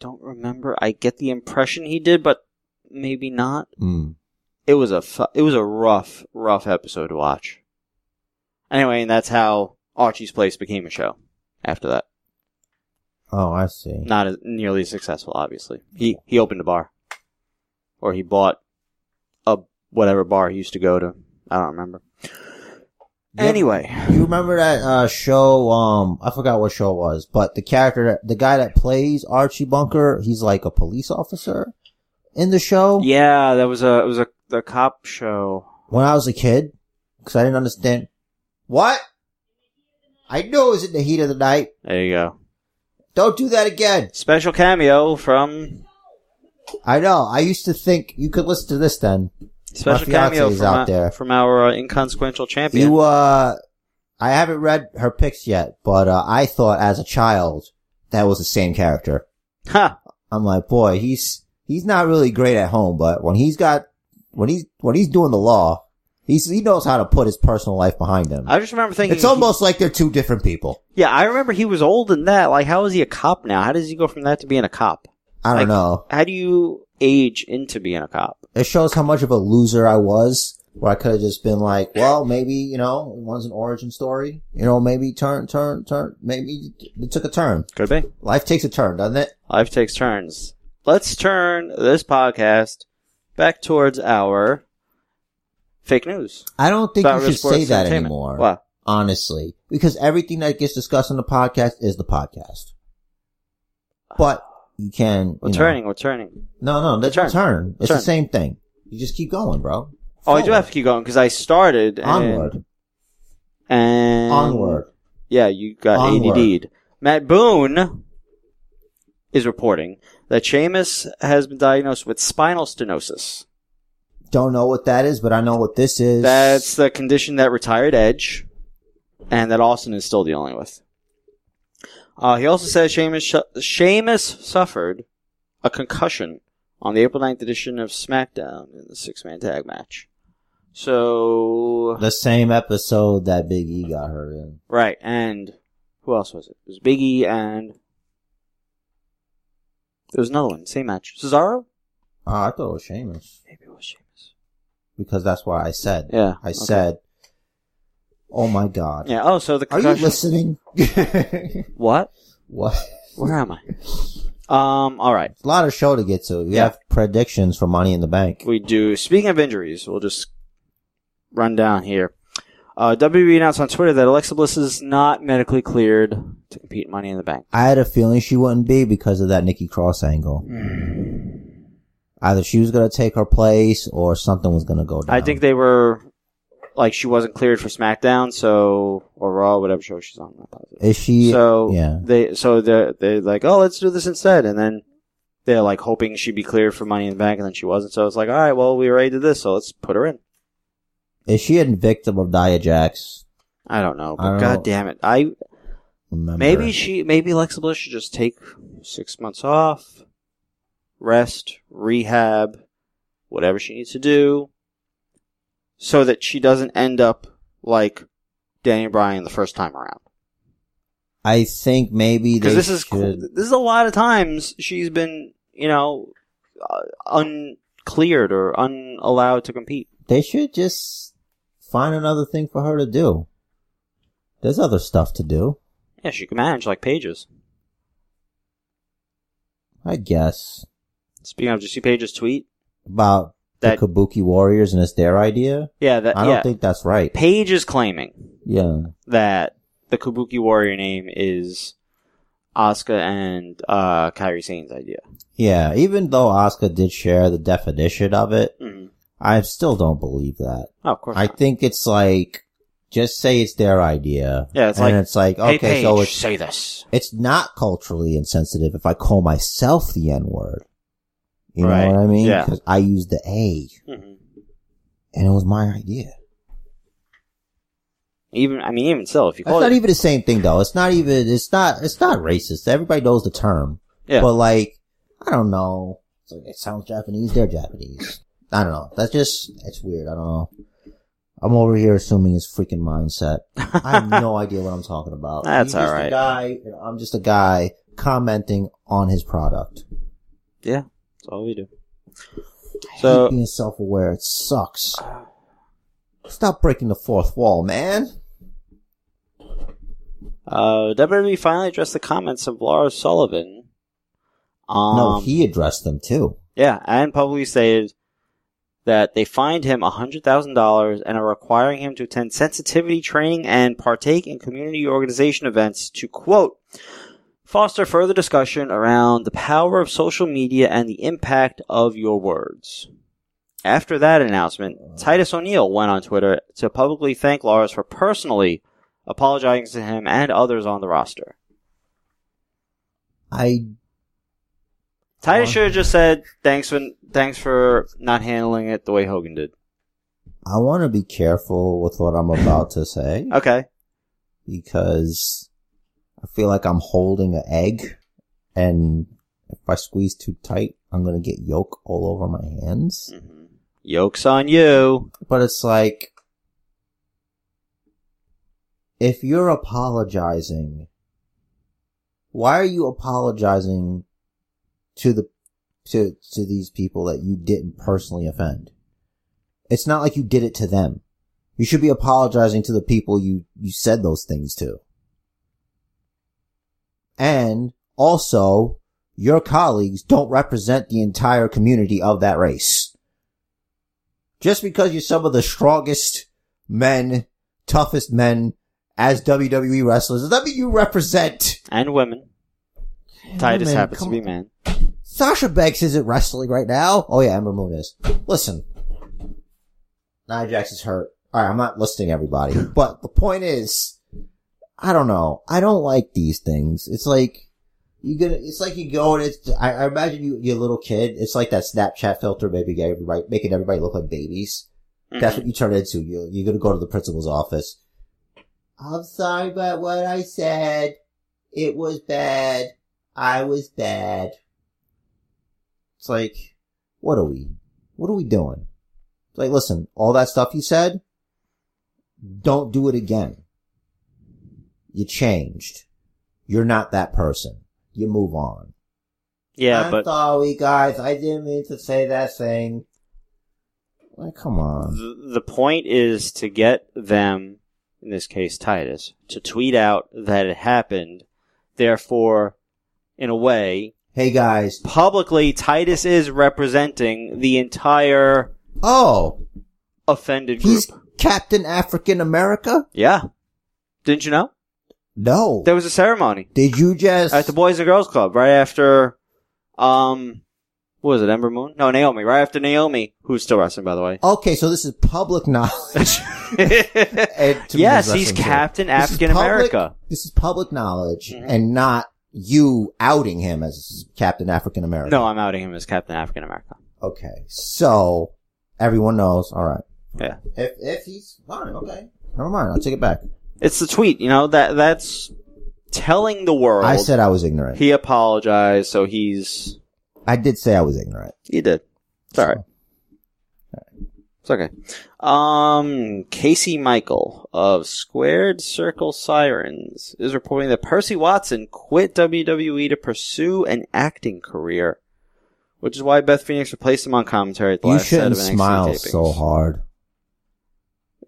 Don't remember. I get the impression he did, but maybe not.
Mm.
it was a fu- it was a rough rough episode to watch. Anyway, and that's how Archie's Place became a show. After that,
Oh, I see.
not as, nearly as successful. Obviously, he he opened a bar, or he bought a whatever bar he used to go to. I don't remember.
Yeah.
Anyway,
You remember that uh, show? Um, I forgot what show it was, but the character, that, the guy that plays Archie Bunker, he's like a police officer in the show.
yeah, that was a it was a the cop show.
When I was a kid, because I didn't understand what I knew it was in the heat of the night.
There you go.
Don't do that again.
Special cameo from
I know. I used to think you could listen to this then.
special
My fiance
cameo
is
from
out
our,
there.
from our uh, inconsequential champion.
You, uh, I haven't read her pics yet, but, uh, I thought as a child that was the same character.
ha!
I'm like, boy, he's, he's not really great at home, but when he's got, when he's, when he's doing the law, he's, he knows how to put his personal life behind him.
I just remember thinking
It's almost like they're two different people.
Yeah, I remember he was old in that. Like, how is he a cop now? How does he go from that to being a cop?
I don't
Like-
know.
How do you age into being a cop?
It shows how much of a loser I was. Where I could have just been like, well, maybe, you know, one's an origin story. You know, maybe turn, turn, turn. Maybe it took a turn.
Could be.
Life takes a turn, doesn't it?
Life takes turns. Let's turn this podcast back towards our fake news.
I don't think
About
you
real
should
sports
say that
entertainment.
anymore.
What?
Honestly, because everything that gets discussed on the podcast is the podcast. But you can.
We're
you know-
turning. We're turning.
no, no, that's
Turn.
turn. turn. It's
Turn.
the same thing. You just keep going, bro.
Oh, I do
Forward.
have to keep going because I started. And,
Onward,
And
onward.
Yeah, you got
Onward.
ADD'd. Matt Boone is reporting that Seamus has been diagnosed with spinal stenosis.
Don't know what that is, but I know what this is.
That's the condition that retired Edge and that Austin is still dealing with. Uh, he also says Sheamus, sh- Sheamus suffered a concussion on the April 9th edition of SmackDown in the six man tag match. So.
the same episode that Big E got hurt in.
Right, and who else was it? It was Biggie and there was another one, same match. Cesaro?
Oh, I thought it was Sheamus
Maybe it was Sheamus.
because that's what I said.
Yeah,
I
okay.
said, "Oh my God,
Yeah. Oh, so the
are you
concussion.
listening?" *laughs*
what?
what?
Where am I? Um. All right.
a lot of show to get to. We
Yeah.
have predictions for Money in the Bank.
We do. Speaking of injuries, we'll just run down here. Uh, WWE announced on Twitter that Alexa Bliss is not medically cleared to compete in Money in the Bank.
I had a feeling she wouldn't be because of that Nikki Cross angle. Either she was going to take her place or something was going to go down.
I think they were like she wasn't cleared for SmackDown, so or Raw, whatever show she's on.
Is she?
so
yeah.
they so they they like oh let's do this instead, and then they're like hoping she'd be cleared for Money in the Bank, and then she wasn't. So it's like all right, well we already did this, so let's put her in.
Is she a victim of Nia Jax?
I don't know, but
I don't
god
know.
damn it, I
Remember.
maybe she maybe Alexa Bliss should just take six months off, rest, rehab, whatever she needs to do, so that she doesn't end up like Daniel Bryan the first time around.
I think maybe they
because this is
should-
this is a lot of times she's been you know uh, uncleared or unallowed to compete.
They should just find another thing for her to do. There's other stuff to do,
Yeah, she can manage like Pages.
I guess.
Speaking of, did you see Pages tweet?
About
That-
the Kabuki Warriors and it's their idea.
Yeah, that
I don't
yeah.
think that's right.
Page is claiming
Yeah.
that the Kabuki Warrior name is Asuka and uh, Kairi Sane's idea.
Yeah, even though Oscar did share the definition of it,
Mm.
I still don't believe that.
Oh, of course.
I
not.
think it's like just say it's their idea.
Yeah, it's
and
like,
it's like
Hey,
okay, so
Paige,
it's
say this.
it's not culturally insensitive if I call myself the N word. You
Right,
know what I mean?
yeah.
Because I used the A,
hmm
and it was my idea.
Even I mean, even so, if you
It's
call
not
it,
even the same thing though. It's not even. It's not. It's not racist. Everybody knows the term.
yeah,
But like, I don't know. It's like, it sounds Japanese. They're Japanese. I don't know. That's just, it's weird. I don't know. I'm over here assuming his freaking mindset. I have
*laughs*
no idea what I'm talking about.
That's
He's just
alright.
a guy, and I'm just a guy commenting on his product.
yeah, that's all we do. So-
hate *laughs* being self-aware. It sucks. Stop breaking the fourth wall, man.
Uh, WWE finally addressed the comments of Lars Sullivan. Um,
no, he addressed them too.
Yeah, and publicly stated that they fined him $100,000 and are requiring him to attend sensitivity training and partake in community organization events to, quote, foster further discussion around the power of social media and the impact of your words. After that announcement, Titus O'Neil went on Twitter to publicly thank Lars for personally apologizing to him and others on the roster.
I
Titus
Wow.
should have just said thanks for thanks for not handling it the way Hogan did.
I want to be careful with what I'm about to say
Okay.
because I feel like I'm holding an egg, and if I squeeze too tight, I'm gonna get yolk all over my hands.
Yoke's on you.
But it's like, if you're apologizing, why are you apologizing to the, to, to these people that you didn't personally offend? It's not like you did it to them. You should be apologizing to the people you, you said those things to. And also, your colleagues don't represent the entire community of that race just because you're some of the strongest men, toughest men as WWE wrestlers, does that mean you represent
And women. Titus
Women,
happens to
come
be
on.
man.
Sasha Banks isn't wrestling right now. Oh yeah, Ember Moon is. Listen, Nia Jax is hurt. All right, I'm not
*laughs*
listing everybody, but the point is, I don't know. I don't like these things. It's like you gonna. It's like you go and it's. I, I imagine you, you're a little kid. It's like that Snapchat filter, maybe get everybody making everybody look like babies. That's what you turn into. You you're gonna go to the principal's office. I'm sorry about what I said. It was bad. I was bad. It's like, what are we? What are we doing? It's like, listen, all that stuff you said, don't do it again. You changed. You're not that person. You move on.
Yeah,
I'm
but
sorry, guys. I didn't mean to say that thing. Like, come on.
the, the point is to get them, in this case Titus, to tweet out that it happened. Therefore, in a way,
Hey, guys.
publicly, Titus is representing the entire
Oh,
offended group.
he's Captain African America?
Yeah. Didn't you know?
No.
There was a ceremony.
Did you just?
at the Boys and Girls Club right after, um, what was it, Ember Moon? No, Naomi. Right after Naomi, who's still wrestling, by the way. *laughs*
okay, so this is public knowledge. And to
yes,
Miss
he's
Wrestling Show.
Captain
This is
African America.
public- This is public knowledge
Mhm.
and not you outing him as Captain African American.
No, I'm outing him as Captain African America.
Okay, so everyone knows. All right.
Yeah,
If if he's fine, okay. Never mind. I'll take it back.
it's the tweet. You know that that's telling the world
I said I was ignorant.
he apologized, so he's
I did say I was ignorant.
he did. It's all right. It's okay. Um, Casey Michael of Squared Circle Sirens is reporting that Percy Watson quit WWE to pursue an acting career, which is why Beth Phoenix replaced him on commentary at the
You
last set
shouldn't
of NXT
smile
tapings.
so hard.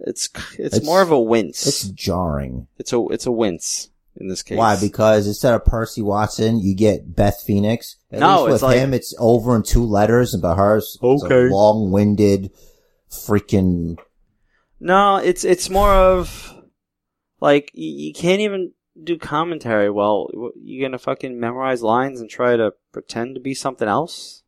It's, it's
It's-
more of a wince.
It's
It's,
jarring.
a it's a wince in this case.
Why? Because instead of Percy Watson, you get Beth Phoenix. At
No,
least with
it's like-
him, it's over in two letters, and by hers,
Okay.
it's a long-winded, freaking.
no, it's it's more of like you, you can't even do commentary well. You're gonna fucking memorize lines and try to pretend to be something else.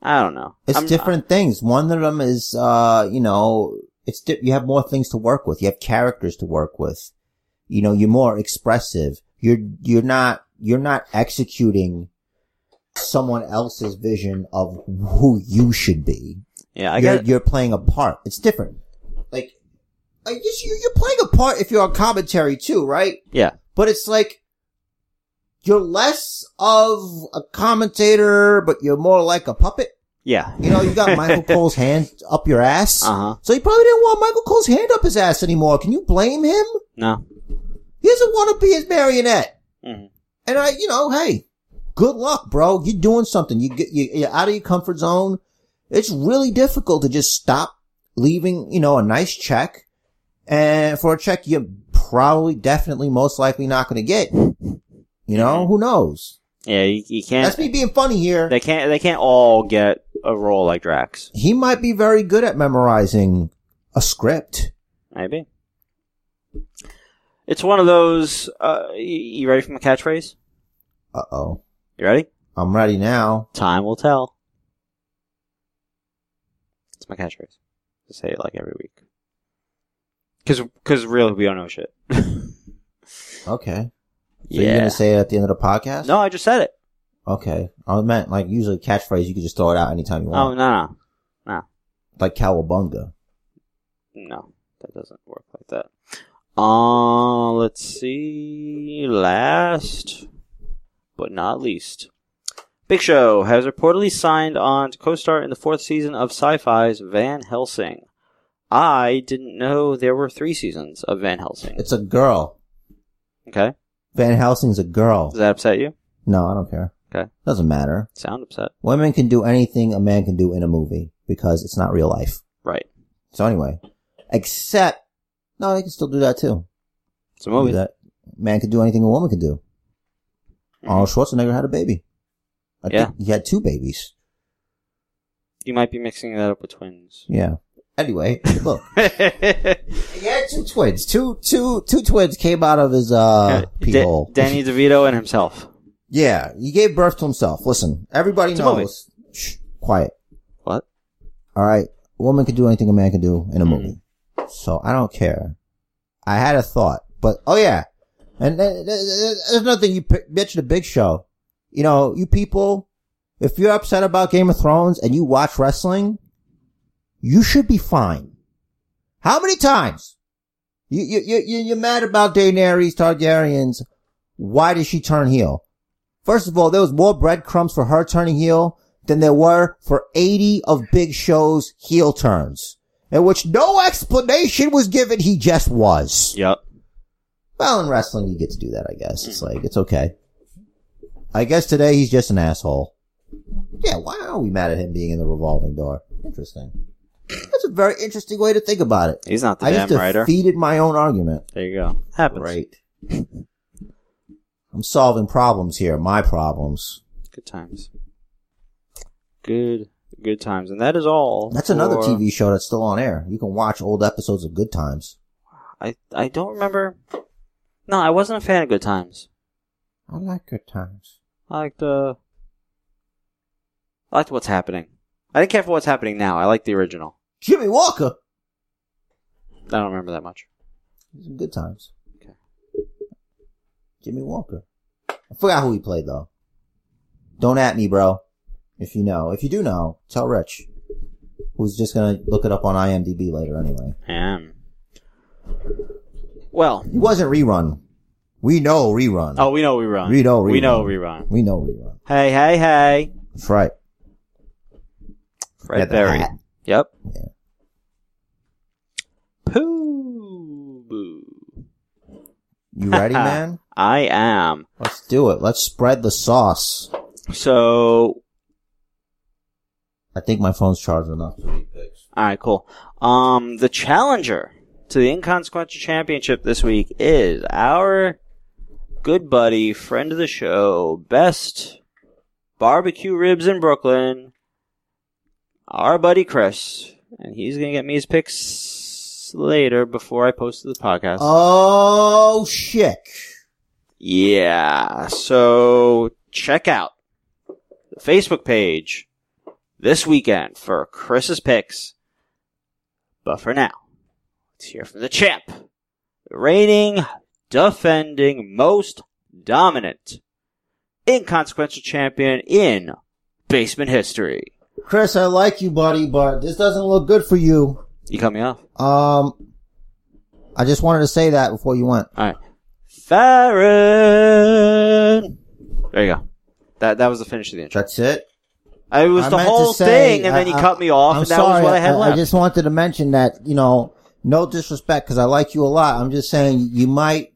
I don't know.
It's
I'm-
different things. One of them is, uh, you know, it's di- you have more things to work with. You have characters to work with. You know, you're more expressive. You're you're not you're not executing someone else's vision of who you should be.
uh, yeah, I
you're,
got.
you're playing a part. It's different. Like, I guess you, you're playing a part if you're on commentary too, right?
Yeah,
But it's like, you're less of a commentator, but you're more like a puppet.
yeah.
You know, you got Michael Cole's hand up your ass.
Uh huh.
So he probably didn't want Michael Cole's hand up his ass anymore. Can you blame him?
No.
He doesn't want to be his marionette.
Mhm.
And I, you know, hey, good luck, bro. You're doing something. You get, you, you're out of your comfort zone. It's really difficult to just stop leaving, you know, a nice check. And for a check you're probably, definitely, most likely not going to get. You know, who knows?
Yeah, you, you can't.
That's me being funny here.
They can't. They can't all get a role like Drax.
he might be very good at memorizing a script.
Maybe. It's one of those. Uh, y- you ready for my catchphrase?
Uh oh.
You ready?
I'm ready now.
Time will tell. It's my catchphrase. I say it like every week. Cause, cause really, we don't know shit. *laughs*
Okay. So you're gonna say it at the end of the podcast?
No, I just said it.
Okay. I meant like usually catchphrase you could just throw it out anytime you
Oh
want.
no, no,
Like cowabunga.
no, that doesn't work like that. Uh, let's see. Last, but not least, Big Show has reportedly signed on to co-star in the fourth season of Sci-Fi's Van Helsing. I didn't know there were three seasons of Van Helsing.
It's a girl.
Okay,
Van Helsing's a girl.
does that upset you?
No, I don't care.
Okay.
Doesn't matter.
Sound upset?
Women can do anything a man can do in a movie because it's not real life.
Right.
So anyway. Except no, they can still do that too.
It's a movie.
That man can do anything a woman can do. Arnold Schwarzenegger had a baby. I
Mm-hmm. Yeah.
think he had two babies.
You might be mixing that up with
*laughs*
twins.
Yeah.
*laughs*
Anyway, look.
Danny
He had two twins. Two two two twins came out of his uh pee hole.
DeVito and himself.
yeah, he gave birth to himself. Listen, everybody
It's a movie.
knows. Shh, quiet.
What?
All right, a woman can do anything a man can do in a movie. So I don't care. I had a thought, but oh yeah, and th- th- th- there's another thing you p- mentioned a big show. You know, you people, if you're upset about Game of Thrones and you watch wrestling, you should be fine. How many times? You, you, you, you- you're mad about Daenerys Targaryens. Why did she turn heel? First of all, there was more breadcrumbs for her turning heel than there were for 80 of Big Show's heel turns, in which no explanation was given. He just was.
Yep.
Well, in wrestling, you get to do that, I guess. It's
Mm.
like, it's okay. I guess today he's just an asshole. Yeah, why are we mad at him being in the revolving door? Interesting. That's a very interesting way to think about it.
He's not the
I
damn
just
writer.
defeated my own argument.
There you go. Happens.
Right. I'm solving problems here, my problems.
Good times. Good, good times. And that is all.
That's another
for-
TV show that's still on air. You can watch old episodes of Good Times.
I, I don't remember. No, I wasn't a fan of Good Times.
I like Good Times.
I liked, uh, I liked What's Happening. I didn't care for What's Happening now. I liked the original.
Jimmy Walker!
I don't remember that much.
He's in Good Times.
Okay.
Jimmy Walker. I forgot who he played though. Don't at me, bro. If you know. If you do know, tell Rich. Who's just gonna look it up on IMDb later anyway.
Um. Well.
He wasn't rerun. We know rerun.
Oh, we know we run.
We know
We
rerun.
know rerun.
We know rerun.
Hey, hey, hey.
That's right.
Fred
Yeah, the
Berry.
hat.
Yep.
Yeah.
Pooh boo. *laughs*
You ready, man?
I am.
Let's do it. Let's spread the sauce.
So,
I think my phone's charged enough.
alright, cool. Um, the challenger to the Inconsequential Championship this week is our good buddy, friend of the show, best barbecue ribs in Brooklyn, our buddy Chris. And he's gonna get me his picks later before I post to the podcast.
Oh shit.
Yeah. So check out the Facebook page this weekend for Chris's picks. But for now, let's hear from the champ. Reigning, defending, most dominant, inconsequential champion in basement history.
Chris, I like you, buddy, but this doesn't look good for you.
You cut me off.
Um, I just wanted to say that before you went.
All right. Farron. There you go. That, that was the finish of the intro.
That's it.
It was
I
the
meant to
whole
say,
thing, and then he
I- I-
cut me off,
I'm
and that
sorry,
was what I had
I,
left.
I just wanted to mention that you know, no disrespect, because I like you a lot. I'm just saying you might,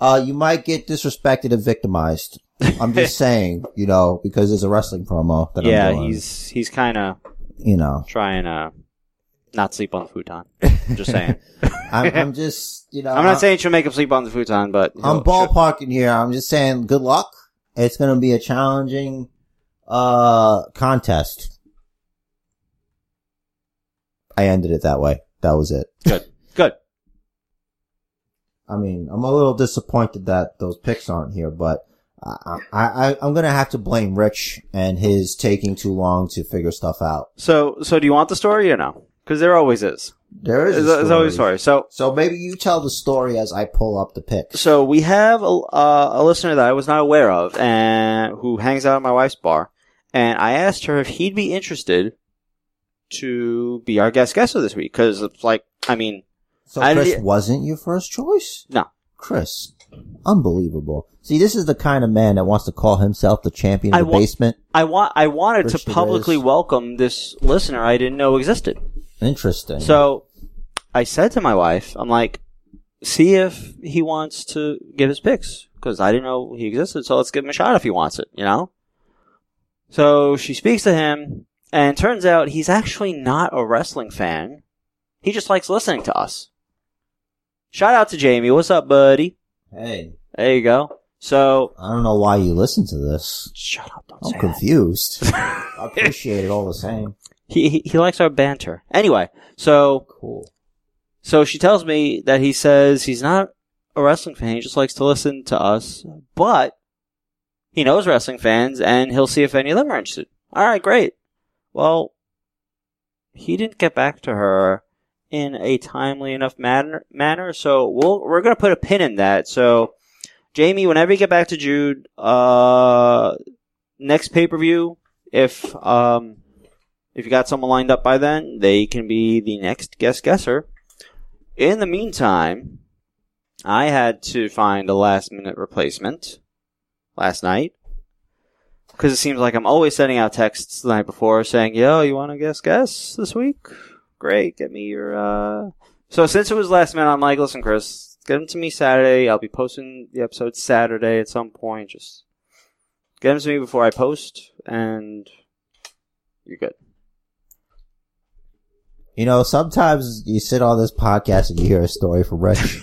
uh, you might get disrespected and victimized.
*laughs*
I'm just saying, you know, because it's a wrestling promo that
yeah,
I'm doing.
he's he's kind of
you know,
Try and uh, not sleep on the
*laughs*
futon. Just saying. *laughs*
I'm, I'm just, you know,
I'm not saying she'll make him sleep on the futon, but
Uh, I'm ballparking here. I'm just saying, good luck. It's going to be a challenging uh contest. I ended it that way. That was it.
Good, good.
I mean, I'm a little disappointed that those picks aren't here, but I, I, I I'm going to have to blame Rich and his taking too long to figure stuff out.
So, so do you want the story or no? Because there always is.
There is a
There's, there's always a
story.
story. So,
So maybe you tell the story as I pull up the picks.
so we have a, uh, a listener that I was not aware of, and who hangs out at my wife's bar, and I asked her if he'd be interested to be our guest guest of this week. Because, like, I mean,
So
I
Chris
did-
wasn't your first choice?
No.
Chris. Unbelievable. See, this is the kind of man that wants to call himself the champion of
I
the
wa-
basement.
I want I wanted
Rich
to
Perez.
publicly welcome this listener I didn't know existed.
Interesting.
So I said to my wife, I'm like, see if he wants to give his picks because I didn't know he existed. So let's give him a shot if he wants it, you know? So she speaks to him, and turns out he's actually not a wrestling fan. He just likes listening to us. Shout out to Jamie. What's up, buddy?
hey,
There you go. So
I don't know why you listen to this.
shut up. Don't *laughs*
I'm
say that.
confused. I appreciate it all the same.
He, he he likes our banter. Anyway, so
Cool.
So she tells me that he says he's not a wrestling fan. He just likes to listen to us, but he knows wrestling fans and he'll see if any of them are interested. All right, great. Well, he didn't get back to her in a timely enough manner, manner so we'll, we're going to put a pin in that. So, Jamie, whenever you get back to Jude, uh, next pay per view, if, um, if you got someone lined up by then, they can be the next guest guesser. In the meantime, I had to find a last minute replacement last night because it seems like I'm always sending out texts the night before saying, "Yo, you want to guess guess this week? Great, get me your." uh So since it was last minute, I'm like, "Listen, Chris, get them to me Saturday. I'll be posting the episode Saturday at some point. Just get them to me before I post, and you're good."
You know, sometimes you sit on this podcast and you hear a story from Rich,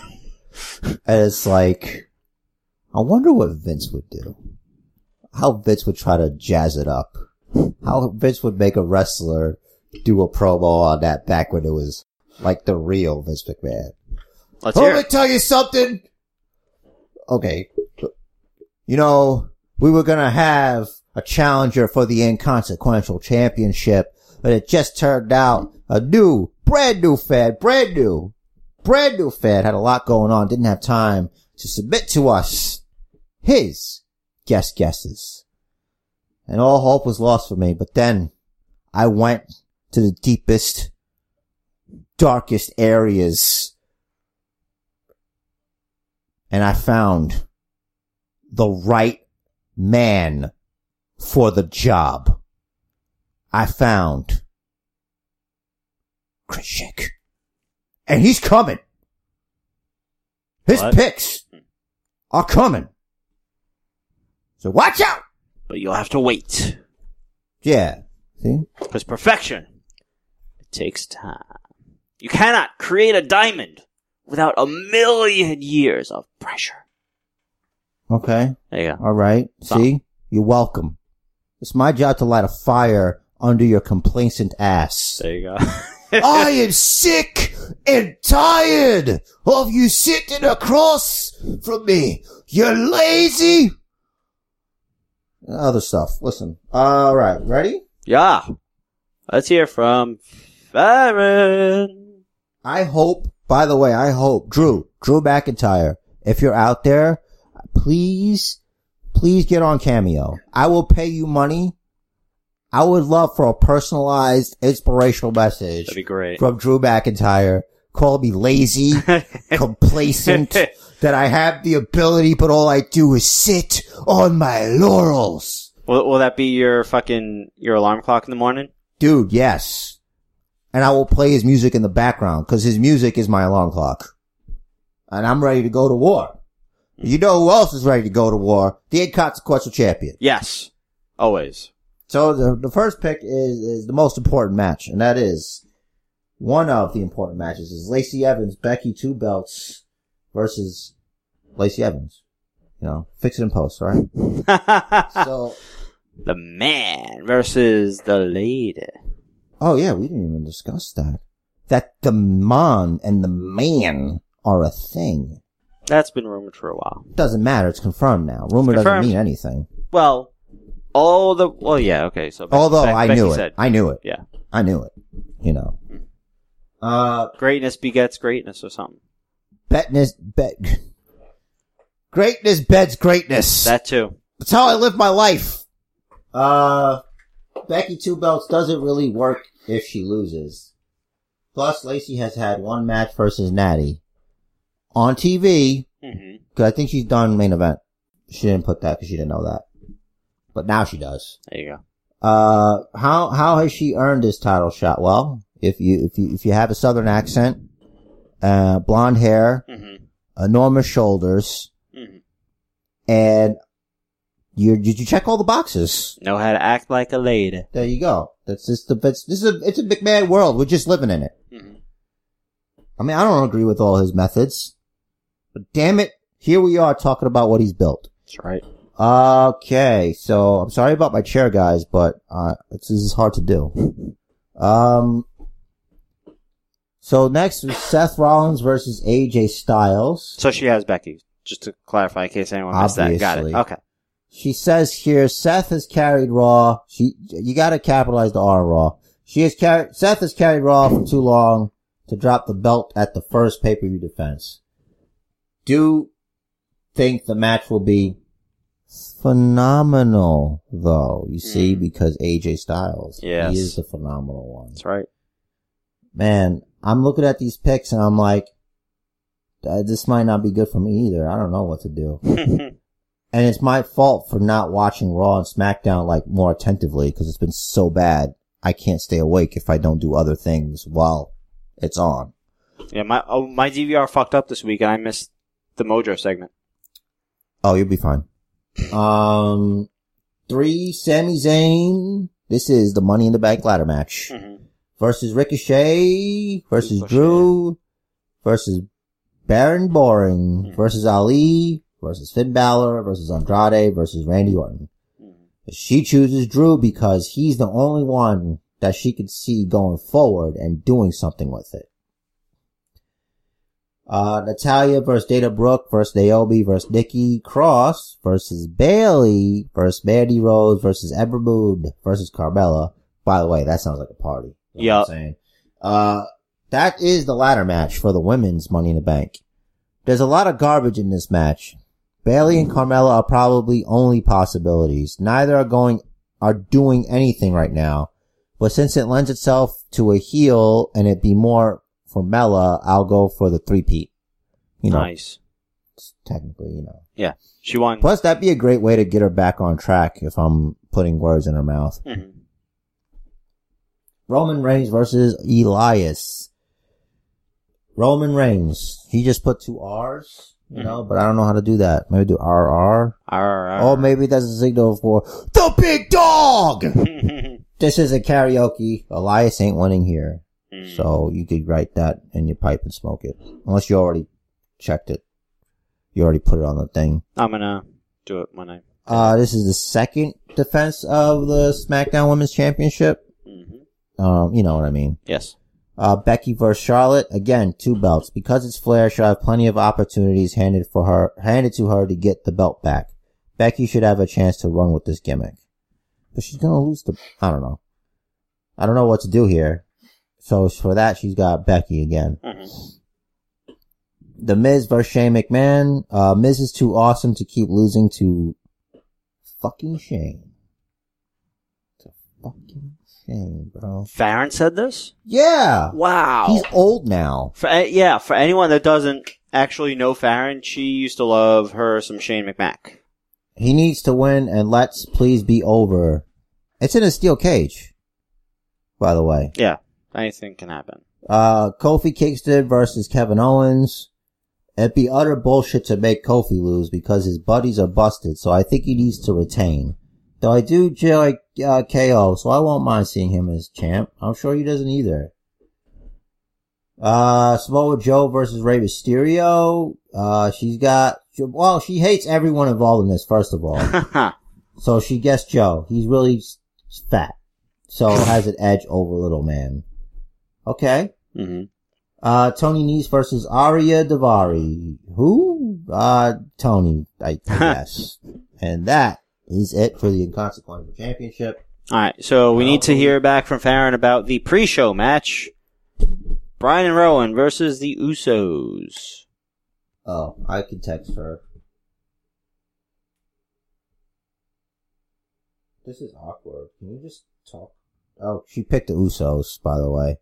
and it's like, I wonder what Vince would do. How Vince would try to jazz it up. How Vince would make a wrestler do a promo on that back when it was like the real Vince McMahon.
Let's
Let
hear.
me
It.
tell you something. Okay. You know, we were gonna have a challenger for the inconsequential championship, but it just turned out a new, brand new Fed, brand new, brand new Fed had a lot going on, didn't have time to submit to us his guess guesses. And all hope was lost for me, but then I went to the deepest, darkest areas and I found the right man for the job. I found Chris Schick. And he's coming. His
What?
picks are coming. So watch out!
But you'll have to wait
Yeah. See?
because perfection it takes time. You cannot create a diamond without a million years of pressure.
Okay.
There you go.
All right.
Stop.
See? You're welcome. It's my job to light a fire under your complacent
*laughs*
ass.
There you go.
I am sick and tired of you sitting across from me. You're lazy. Other stuff. Listen. All right. Ready?
yeah. Let's hear from Farron.
I hope, by the way, I hope, Drew, Drew McIntyre, if you're out there, please, please get on Cameo. I will pay you money. I would love for a personalized, inspirational message
That'd be great.
from Drew McIntyre. Call
*laughs*
me lazy, complacent, that I have the ability, but all I do is sit on my laurels.
Will, will that be your fucking your alarm clock in the morning?
Dude, yes. And I will play his music in the background because his music is my alarm clock. And I'm ready to go to war. You know who else is ready to go to war? The inconsequential champion.
Yes. Always. *laughs*
So the, the first pick is, is the most important match, and that is one of the important matches is Lacey Evans, Becky Two Belts versus Lacey Evans. You know, fix it in post, right? so,
the man versus the lady.
oh yeah, we didn't even discuss that. That the man and the man are a thing.
That's been rumored for a while.
Doesn't matter, it's confirmed now. Rumor
Confirmed.
doesn't mean anything.
Well, all the well, yeah, okay. So Be-
Although
Be-
I
Becky
knew it.
said-
I knew it.
yeah,
I knew it. You know. Uh,
greatness begets greatness, or something.
betness, bet, *laughs* greatness beds greatness.
That too.
That's how I live my life. Uh, Becky Two Belts doesn't really work if she loses. Plus, Lacey has had one match versus Natty on TV.
hmm
Cause I think she's done main event. She didn't put that because she didn't know that, but now she does.
There you go.
Uh, how how has she earned this title shot? Well, if you if you if you have a southern accent, uh, blonde hair,
Mm-hmm.
enormous shoulders,
Mm-hmm.
and you did you check all the boxes?
Know how to act like a lady.
There you go. That's just the it's, this is a it's a McMahon world. We're just living in it.
Mm-hmm.
I mean, I don't agree with all his methods, but damn it, here we are talking about what he's built.
That's right.
Okay, so I'm sorry about my chair, guys, but uh, this is hard to do. Um, so next was Seth Rollins versus AJ Styles.
So she has Becky. Just to clarify, in case anyone missed that. Got it.
Obviously.
Okay.
She says here, Seth has carried Raw. She, you gotta capitalize the R on Raw. She has carried, Seth has carried Raw for too long to drop the belt at the first pay-per-view defense. Do think the match will be phenomenal though, you see,
Mm.
because AJ Styles.
Yes.
He is the phenomenal one.
That's *laughs* right.
Man, I'm looking at these picks and I'm like, uh, this might not be good for me either. I don't know what to do and it's my fault for not watching Raw and SmackDown like more attentively because it's been so bad. I can't stay awake if I don't do other things while it's on.
yeah, my oh, my DVR fucked up this week, and I missed the Mojo segment.
Oh, you'll be fine. Um, three, Sami Zayn. This is the Money in the Bank ladder match
Mm-hmm.
versus Ricochet versus
Ricochet.
Drew versus Baron Boring versus Ali versus Finn Balor versus Andrade versus Randy Orton. She chooses Drew because he's the only one that she could see going forward and doing something with it. Uh, Natalia versus Data Brooke versus Naomi versus Nikki Cross versus Bailey versus Mandy Rose versus Ember Moon versus Carmella. By the way, that sounds like a party. You know what I'm saying? Uh, that is the ladder match for the women's Money in the Bank. There's a lot of garbage in this match. Bailey and Carmella are probably only possibilities. Neither are going are doing anything right now. But since it lends itself to a heel and it be more for Mella, I'll go for the three peat. You know,
Nice.
technically, you know.
Yeah, she won.
Plus, that'd be a great way to get her back on track if I'm putting words in her mouth.
Mhm.
Roman Reigns versus Elias. Roman Reigns. He just put two R's, you know, but I don't know how to do that. Maybe do RR.
Arr, *laughs*
Or maybe that's a signal for the big dog.
Mm-hmm.
this is a karaoke. Elias ain't winning here.
Mm.
So you could write that in your pipe and smoke it. Unless you already checked it. You already put it on the thing.
I'm gonna do it when I.
Uh, this is the second defense of the SmackDown Women's Championship.
hmm
Um, you know what I mean.
Yes.
Uh, Becky versus Charlotte. Again, two belts. Because it's Flair, she'll have plenty of opportunities handed for her, handed to her to get the belt back. Becky should have a chance to run with this gimmick. But she's gonna lose the, I don't know. I don't know what to do here. So for that, she's got Becky again.
hmm
The Miz versus Shane McMahon. Uh, Miz is too awesome to keep losing to fucking Shane. To fucking Shane, bro.
Farron said this.
Yeah!
Wow.
He's old now.
For, uh, yeah, for anyone that doesn't actually know Farron, she used to love her some Shane McMack.
He needs to win and let's please be over. It's in a steel cage, by the way.
Yeah, anything can happen. *laughs*
Uh, Kofi Kingston versus Kevin Owens. It'd be utter bullshit to make Kofi lose because his buddies are busted, so I think he needs to retain. Though I do like uh, KO, so I won't mind seeing him as champ. I'm sure he doesn't either. Uh, Samoa Joe versus Rey Mysterio. Uh, she's got, well, she hates everyone involved in this, first of all.
Mm-hmm.
So she guessed Joe. He's really s- fat. So has an edge over little man. Okay.
hmm
Uh, Tony Nese versus Aria Davari. Who? Uh, Tony, I
*laughs*
guess. and that is it for the Inconsequential Championship.
All right, so we need to hear back from Farron about the pre-show match. Brian and Rowan versus the Usos.
Oh, I can text her. This is awkward. Can you just talk? Oh, she picked the Usos, by the way.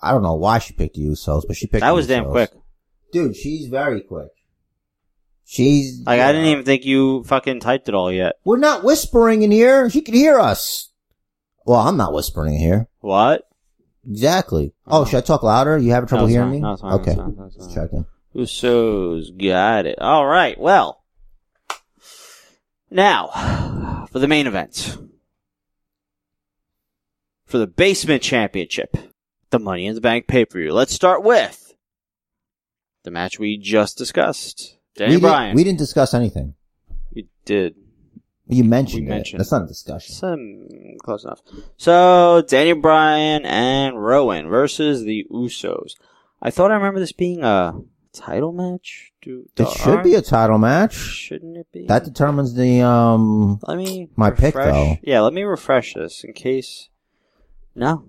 I don't know why she picked the Usos, but she picked
That
the
was damn
Usos.
quick.
Dude, she's very quick. She's
Like I didn't even think you fucking typed it all yet.
We're not whispering in here. She can hear us. Well, I'm not whispering in here.
What?
Exactly. Oh, should I talk louder? You having
No,
trouble
it's
hearing
fine.
me?
No, it's fine.
okay.
It's fine. It's fine.
Just checking.
Usos got it. All right. Well, now for the main event for the basement championship, the Money in the Bank pay per view. Let's start with the match we just discussed. Danny
we,
Bryan.
Didn't, we didn't discuss anything.
we did.
You mentioned
We
it.
mentioned-
That's not a discussion.
Some close enough. So Daniel Bryan and Rowan versus the Usos. I thought I remember this being a title match. Do,
It should be a title match.
Shouldn't it be?
That determines the um.
Let me
My
refresh.
pick, though.
Yeah, let me refresh this in case. No,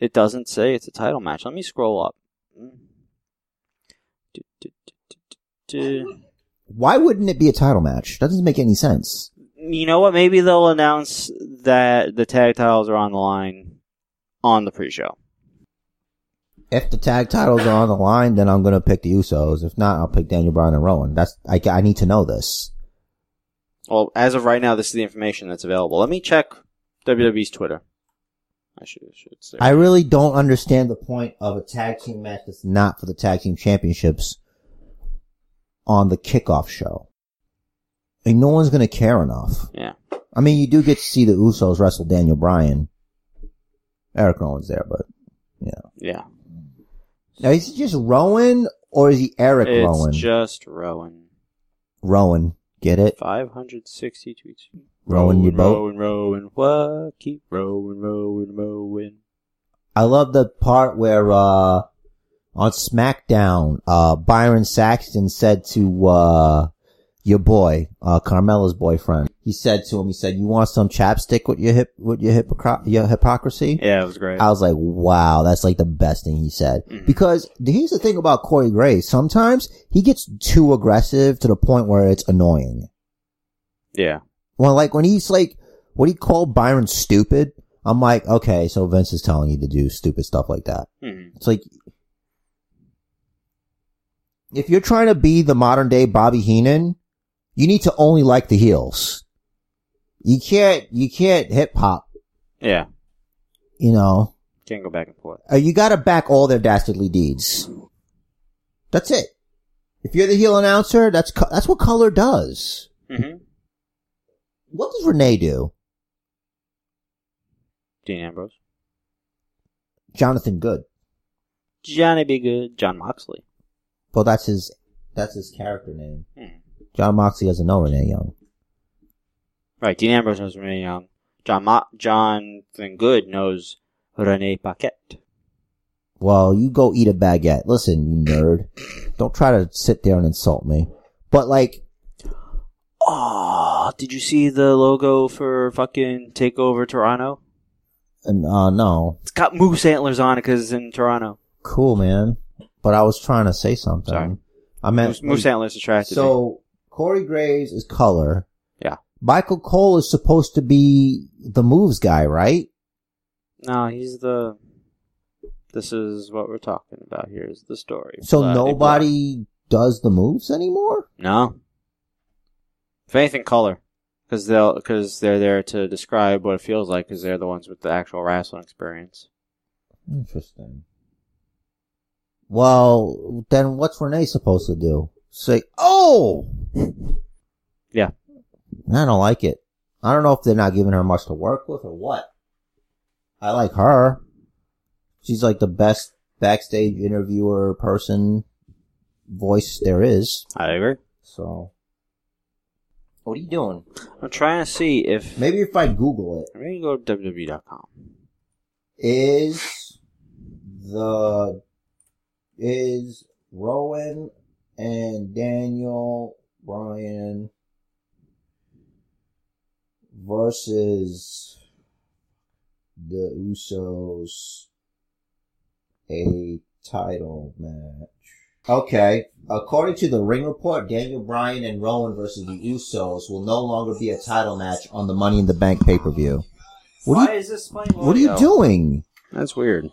it doesn't say it's a title match. Let me scroll up. Du- du- du- du- du- du.
Why wouldn't it be a title match? That doesn't make any sense.
You know what? Maybe they'll announce that the tag titles are on the line on the pre-show.
If the tag titles are on the line, then I'm gonna pick the Usos. If not, I'll pick Daniel Bryan and Rowan. That's I, I need to know this.
Well, as of right now, this is the information that's available. Let me check WWE's Twitter. I should should say.
I really don't understand the point of a tag team match that's not for the tag team championships on the kickoff show. Like no one's gonna care enough.
yeah.
I mean, you do get to see the Usos wrestle Daniel Bryan. Eric Rowan's there, but
Yeah.
now is it just Rowan or is he Eric
it's
Rowan?
just Rowan.
Rowan, get it?
560 tweets.
Rowan your boat.
Rowan, Rowan, what? Keep rowing, rowing, rowing.
I love the part where uh on SmackDown, uh Byron Saxton said to uh your boy, uh Carmella's boyfriend. He said to him, he said, "You want some chapstick with your hip with your hypocr- your hypocrisy?"
Yeah, it was great.
I was like, "Wow, that's like the best thing he said."
Mhm.
Because here's the thing about Corey Gray: sometimes he gets too aggressive to the point where it's annoying.
yeah.
Well, like when he's like, what he called Byron stupid. I'm like, okay, so Vince is telling you to do stupid stuff like that.
hmm
It's like, if you're trying to be the modern day Bobby Heenan, you need to only like the heels. You can't, you can't hip hop,
Yeah.
you know.
Can't go back and forth.
Uh, You gotta back all their dastardly deeds. That's it. If you're the heel announcer, that's, co- that's what color does.
Mm-hmm.
What does Renee do?
Dean Ambrose.
Jonathan Good.
Johnny Be Good. John Moxley.
Well, that's his that's his character name.
Hmm.
John Moxley doesn't know Renee Young.
Right. Dean Ambrose knows Renee Young. John Mo- Jonathan Good knows Renee Paquette.
Well, you go eat a baguette. Listen, you nerd. Don't try to sit there and insult me. But like,
Oh, did you see the logo for fucking Takeover Toronto?
and, uh, no,
It's got moose antlers on it because it's in Toronto.
cool, man. But I was trying to say something.
Sorry.
I meant
Moose, moose antlers attracted me.
um, so Corey Graves is color.
Yeah.
Michael Cole is supposed to be the moves guy, right?
No, he's the. This is what we're talking about. Here is the story.
So
Blah, blah,
nobody does the moves anymore.
blah. No. If anything, color, because they'll because they're there to describe what it feels like, because they're the ones with the actual wrestling experience.
Interesting. Well, then what's Renee supposed to *laughs* do? Say, oh!
Yeah.
I don't like it. I don't know if they're not giving her much to work with or what. I like her. She's like the best backstage interviewer person voice there is.
I agree.
So, what are you doing?
I'm trying to see if
Maybe if I Google it,
maybe go to E WWE.com.
is the is Rowan and Daniel Bryan versus the Usos a title match. Okay, according to the Ring report, Daniel Bryan and Rowan versus the Usos will no longer be a title match on the Money in the Bank pay per view. What do you
Why is this playing?
what are you doing?
That's weird.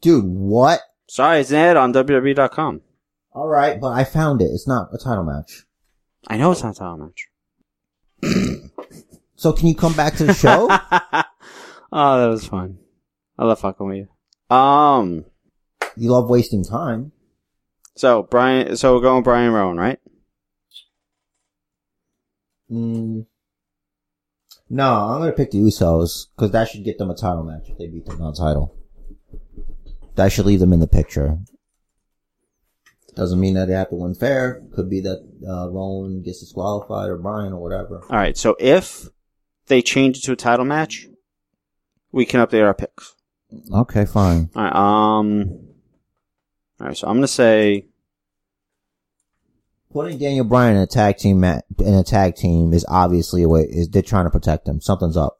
Dude, what?
Sorry, it's an ad on E WWE.com.
Alright, but I found it. It's not a title match.
I know it's not a title match.
So can you come back to the show?
*laughs*
*laughs*
oh, that was fun. I love fucking with you. Um,
you love wasting time.
so Brian, so we're going Brian Rowan, right?
Mm. No, I'm gonna pick the Usos, cause that should get them a title match if they beat them on title. That should leave them in the picture. Doesn't mean that they have to win fair. Could be that, uh, Rowan gets disqualified or Brian or whatever.
All right. So if they change it to a title match, we can update our picks.
Okay, fine.
All right. Um. All right. So I'm gonna say
Putting Daniel Bryan in a tag team ma- in a tag team is obviously a way is they're trying to protect him. Something's up.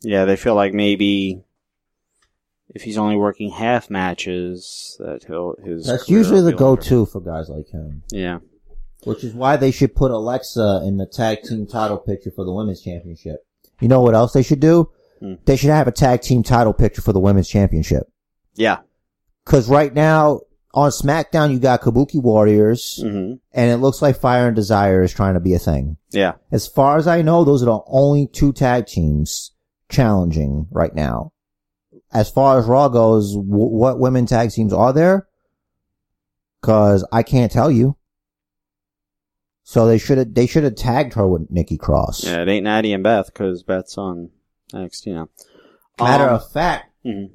Yeah, they feel like maybe if he's only working half matches, that he'll his.
That's
career
usually
will
the
be longer.
go-to for guys like him,
Yeah,
which is why they should put Alexa in the tag team title picture for the women's championship. You know what else they should do?
Hmm.
They should have a tag team title picture for the women's championship.
yeah,
Cause right now on SmackDown you got Kabuki Warriors
hmm
and it looks like Fire and Desire is trying to be a thing.
yeah.
As far as I know, those are the only two tag teams challenging right now. As far as Raw goes, w- what women tag teams are there? Cause I can't tell you. So they should have, they should have tagged her with Nikki Cross.
Yeah, it ain't Natty and Beth because Beth's on NXT now.
Matter
Um,
of fact,
mhm.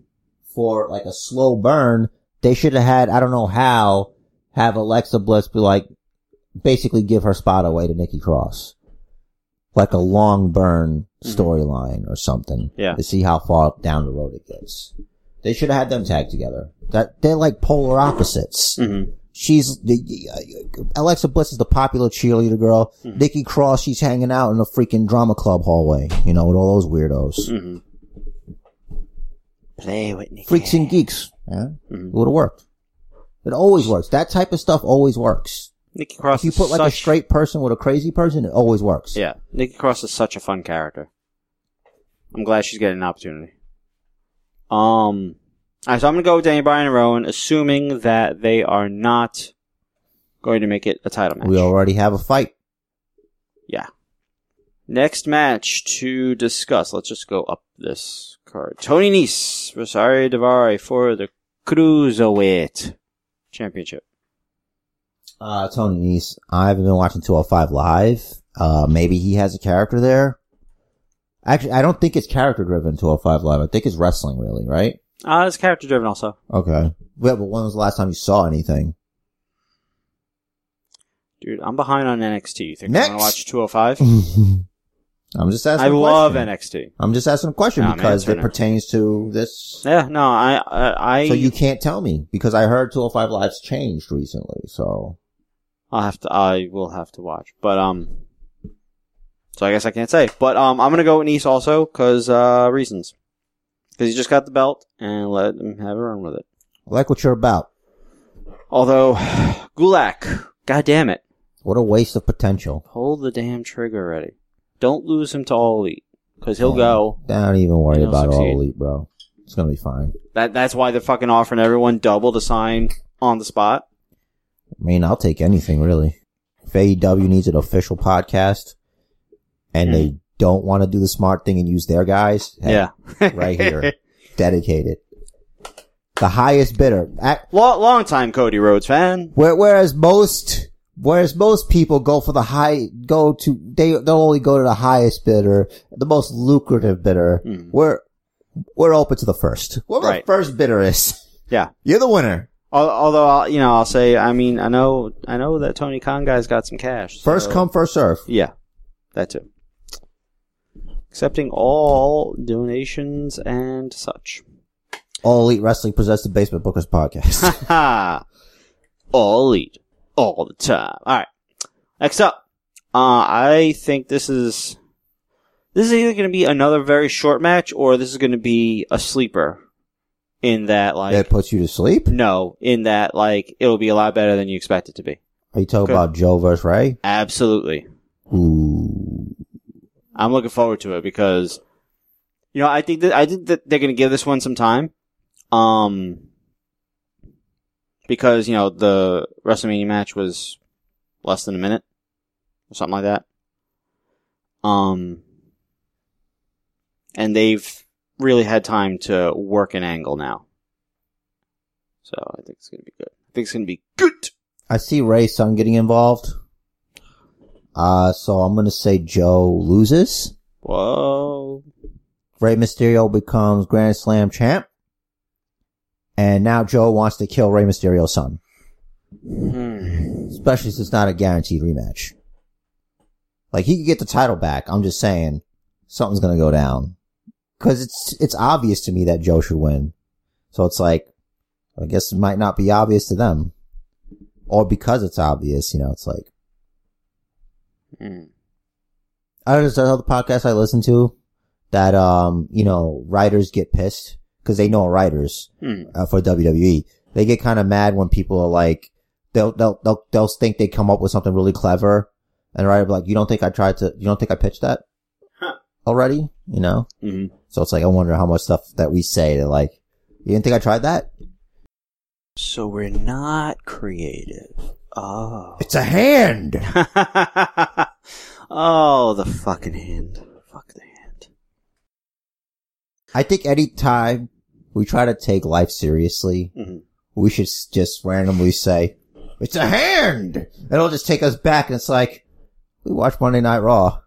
for like a slow burn, they should have had, I don't know how, have Alexa Bliss be like, basically give her spot away to Nikki Cross. Like a long burn
Mhm.
storyline or something.
Yeah.
To see how far down the road it gets. They should have had them tag together. That, they're like polar opposites.
Mhm.
She's the, Alexa Bliss is the popular cheerleader girl. Nikki Cross, she's hanging out in a freaking drama club hallway, you know, with all those weirdos.
Mhm. Play with Nikki.
Freaks and geeks. Yeah.
Mhm.
It would have worked. It always works. That type of stuff always works.
Nikki Cross.
If you put
is
like
such,
a straight person with a crazy person, it always works.
Yeah, Nikki Cross is such a fun character. I'm glad she's getting an opportunity. Um, all right, so I'm gonna go with Danny Bryan and Rowan, assuming that they are not going to make it a title match.
We already have a fight.
Yeah. Next match to discuss. Let's just go up this card. Tony Nese, Rosario Davari for the Cruiserweight Championship.
Uh, Tony Nese, I haven't been watching 205 live. Uh, maybe he has a character there. Actually, I don't think it's character driven 205 live. I think it's wrestling really, right?
Ah, it's character driven also.
Okay. Yeah, but when was the last time you saw anything?
Dude, I'm behind on NXT. You think I'm gonna
Next.
watch 205?
I'm just asking.
I
a
love
question.
NXT.
I'm just asking a question
Nah, man,
because
it's
it
NXT.
pertains to this
Yeah, no, I, I, I
So you can't tell me because I heard 205 Live's changed recently. So
I'll have to. I will have to watch. But um, so I guess I can't say. But um, I'm gonna go with Nice also because uh, reasons. Because he just got the belt and let him have a run with it.
I like what you're about.
Although *sighs* Gulak, god damn it,
What a waste of potential.
pull the damn trigger already. Don't lose him to all elite because he'll go.
Don't even worry
And he'll
about all
succeed.
elite, bro. It's gonna be fine.
That that's why they're fucking offering everyone double to sign on the spot.
I mean, I'll take anything really. If AEW needs an official podcast and they don't want to do the smart thing and use their guys, hey,
Hmm. Yeah, *laughs*
right here, dedicated. The highest bidder. At,
long, long time Cody Rhodes fan.
where, whereas most Whereas most people go for the high, go to, they, they'll only go to the highest bidder, the most lucrative bidder.
Hmm.
We're, we're open to the first. Whoever
Right.
the first bidder is,
Yeah.
you're the winner.
Al- Although I'll, you know, I'll say, I mean, I know, I know that Tony Khan guy's got some cash.
First
so-
come, first serve.
Yeah, that too. Accepting all donations and such.
All Elite Wrestling presents the Basement Bookers podcast.
Ha! all elite, all the time. All right. Next up, uh, I think this is this is either going to be another very short match, or this is going to be a sleeper. In that, *laughs* like,
that puts you to sleep.
no, in that, like, it'll be a lot better than you expect it to be.
Are you talking
Good.
about Joe versus Ray?
Absolutely.
Ooh.
I'm looking forward to it because, you know, I think that I think that they're going to give this one some time, um, because you know the WrestleMania match was less than a minute or something like that, um, and they've really had time to work an angle now, so I think it's going to be good. I think it's going to be good.
I see Ray's son getting involved. Uh, so I'm gonna say Joe loses.
Whoa!
Ray Mysterio becomes Grand Slam champ. And now Joe wants to kill Ray Mysterio's son.
Hmm.
Especially since it's not a guaranteed rematch. Like he could get the title back. I'm just saying something's gonna go down. Cause it's, it's obvious to me that Joe should win. So it's like, I guess it might not be obvious to them. Or because it's obvious, you know, it's like,
Hmm.
I there's another podcast I listen to that, um, you know, writers get pissed because they know writers
Hmm.
uh, for WWE. They get kind of mad when people are like, they'll, they'll, they'll, they'll think they come up with something really clever and the writer will be like, you don't think I tried to, you don't think I pitched that
Huh.
already? You know?
Mhm.
So it's like, I wonder how much stuff that we say that like, you didn't think I tried that?
So we're not creative.
*laughs*
Oh.
It's a hand!
oh, the fucking hand. Fuck the hand.
I think any time we try to take life seriously,
Mhm.
we should s- just randomly say, it's a hand! And it'll just take us back and it's like, we watched Monday Night Raw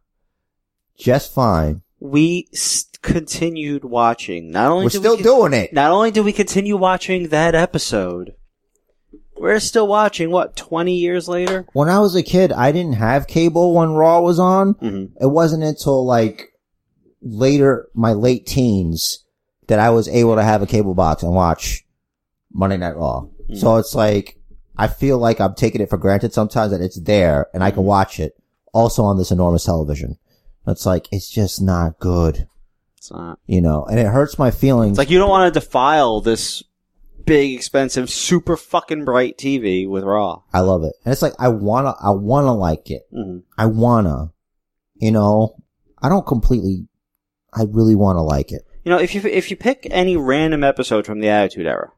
just fine.
We s- continued watching. Not only
We're
did
still
we con-
doing it.
Not only did we continue watching that episode, we're still watching. What twenty years later?
When I was a kid, I didn't have cable when Raw was on.
Mm-hmm.
It wasn't until like later, my late teens, that I was able to have a cable box and watch Monday Night Raw.
Mm.
So it's like, I feel like I'm taking it for granted sometimes that it's there and I
Mm.
can watch it also on this enormous television. It's like, it's just not good,
It's not.
you know, and it hurts my feelings.
It's like you don't want to defile this big, expensive, super fucking bright TV with Raw.
I love it. And it's like, I wanna, I wanna like it.
Mm-hmm.
I wanna, you know, I don't completely, I really wanna like it.
You know, if you if you pick any random episode from the Attitude Era,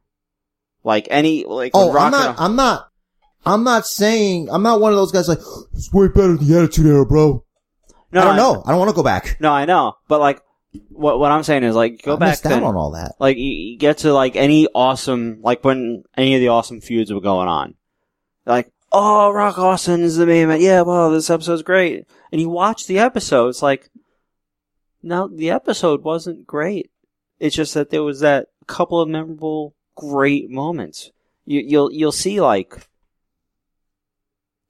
like any like when
Oh,
Rock
I'm not.
and-
I'm not. I'm not saying. I'm not one of those guys like it's way better than the Attitude Era, bro. I don't know. I don't want to go back.
No, I know, but like what what I'm saying is like go
I
back
missed out
to
on all that.
like you, you get to like any awesome like when any of the awesome feuds were going on, like oh Rock Austin is the main event. Yeah, wow, this episode's great. And you watch the episode, it's like no, the episode wasn't great. It's just that there was that couple of memorable great moments. You, you'll you'll see like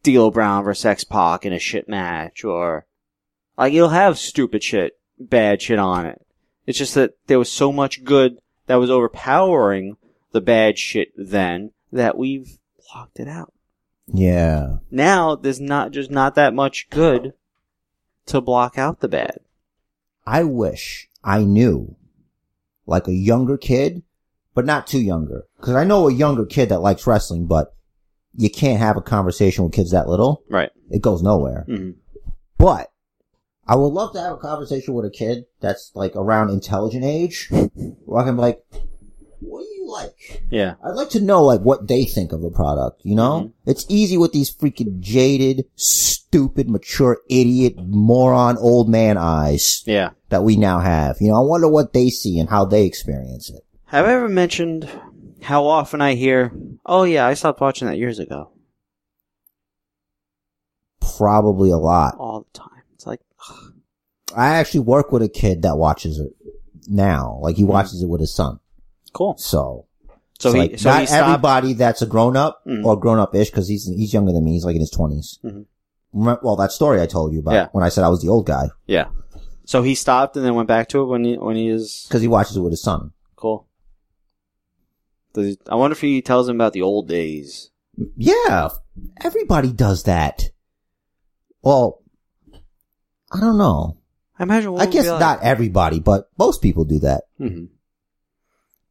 D'Lo Brown versus X Pac in a shit match, or like you'll have stupid shit, bad shit on it. It's just that there was so much good that was overpowering the bad shit then that we've blocked it out.
Yeah.
Now there's not just not that much good to block out the bad.
I wish I knew, like a younger kid, but not too younger, because I know a younger kid that likes wrestling, but you can't have a conversation with kids that little.
Right.
It goes nowhere.
hmm
But I would love to have a conversation with a kid that's like around intelligent age, where I can be like, "What do you like?"
Yeah.
I'd like to know like what they think of the product, you know?
Mm-hmm.
It's easy with these freaking jaded, stupid, mature idiot, moron, old man eyes
Yeah.
that we now have. You know, I wonder what they see and how they experience it.
Have I ever mentioned how often I hear, "Oh yeah, I stopped watching that years ago."
probably a lot.
all the time. It's like
I actually work with a kid that watches it now. Like he watches it with his son.
cool.
So
Mm-hmm. So
it's
he
like,
so
not
he stopped.
everybody that's a grown up
Mhm.
or grown up ish because he's he's younger than me. He's like in his 20s
Mhm.
Remember, well, that story I told you about
Yeah.
when I said I was the old guy
yeah. So he stopped and then went back to it when he when he is
because he watches it with his son.
cool. Does he, I wonder if he tells him about the old days.
Yeah, everybody does that. Well, I don't know.
I imagine. What
I
it would be
guess
like.
not everybody, but most people do that.
hmm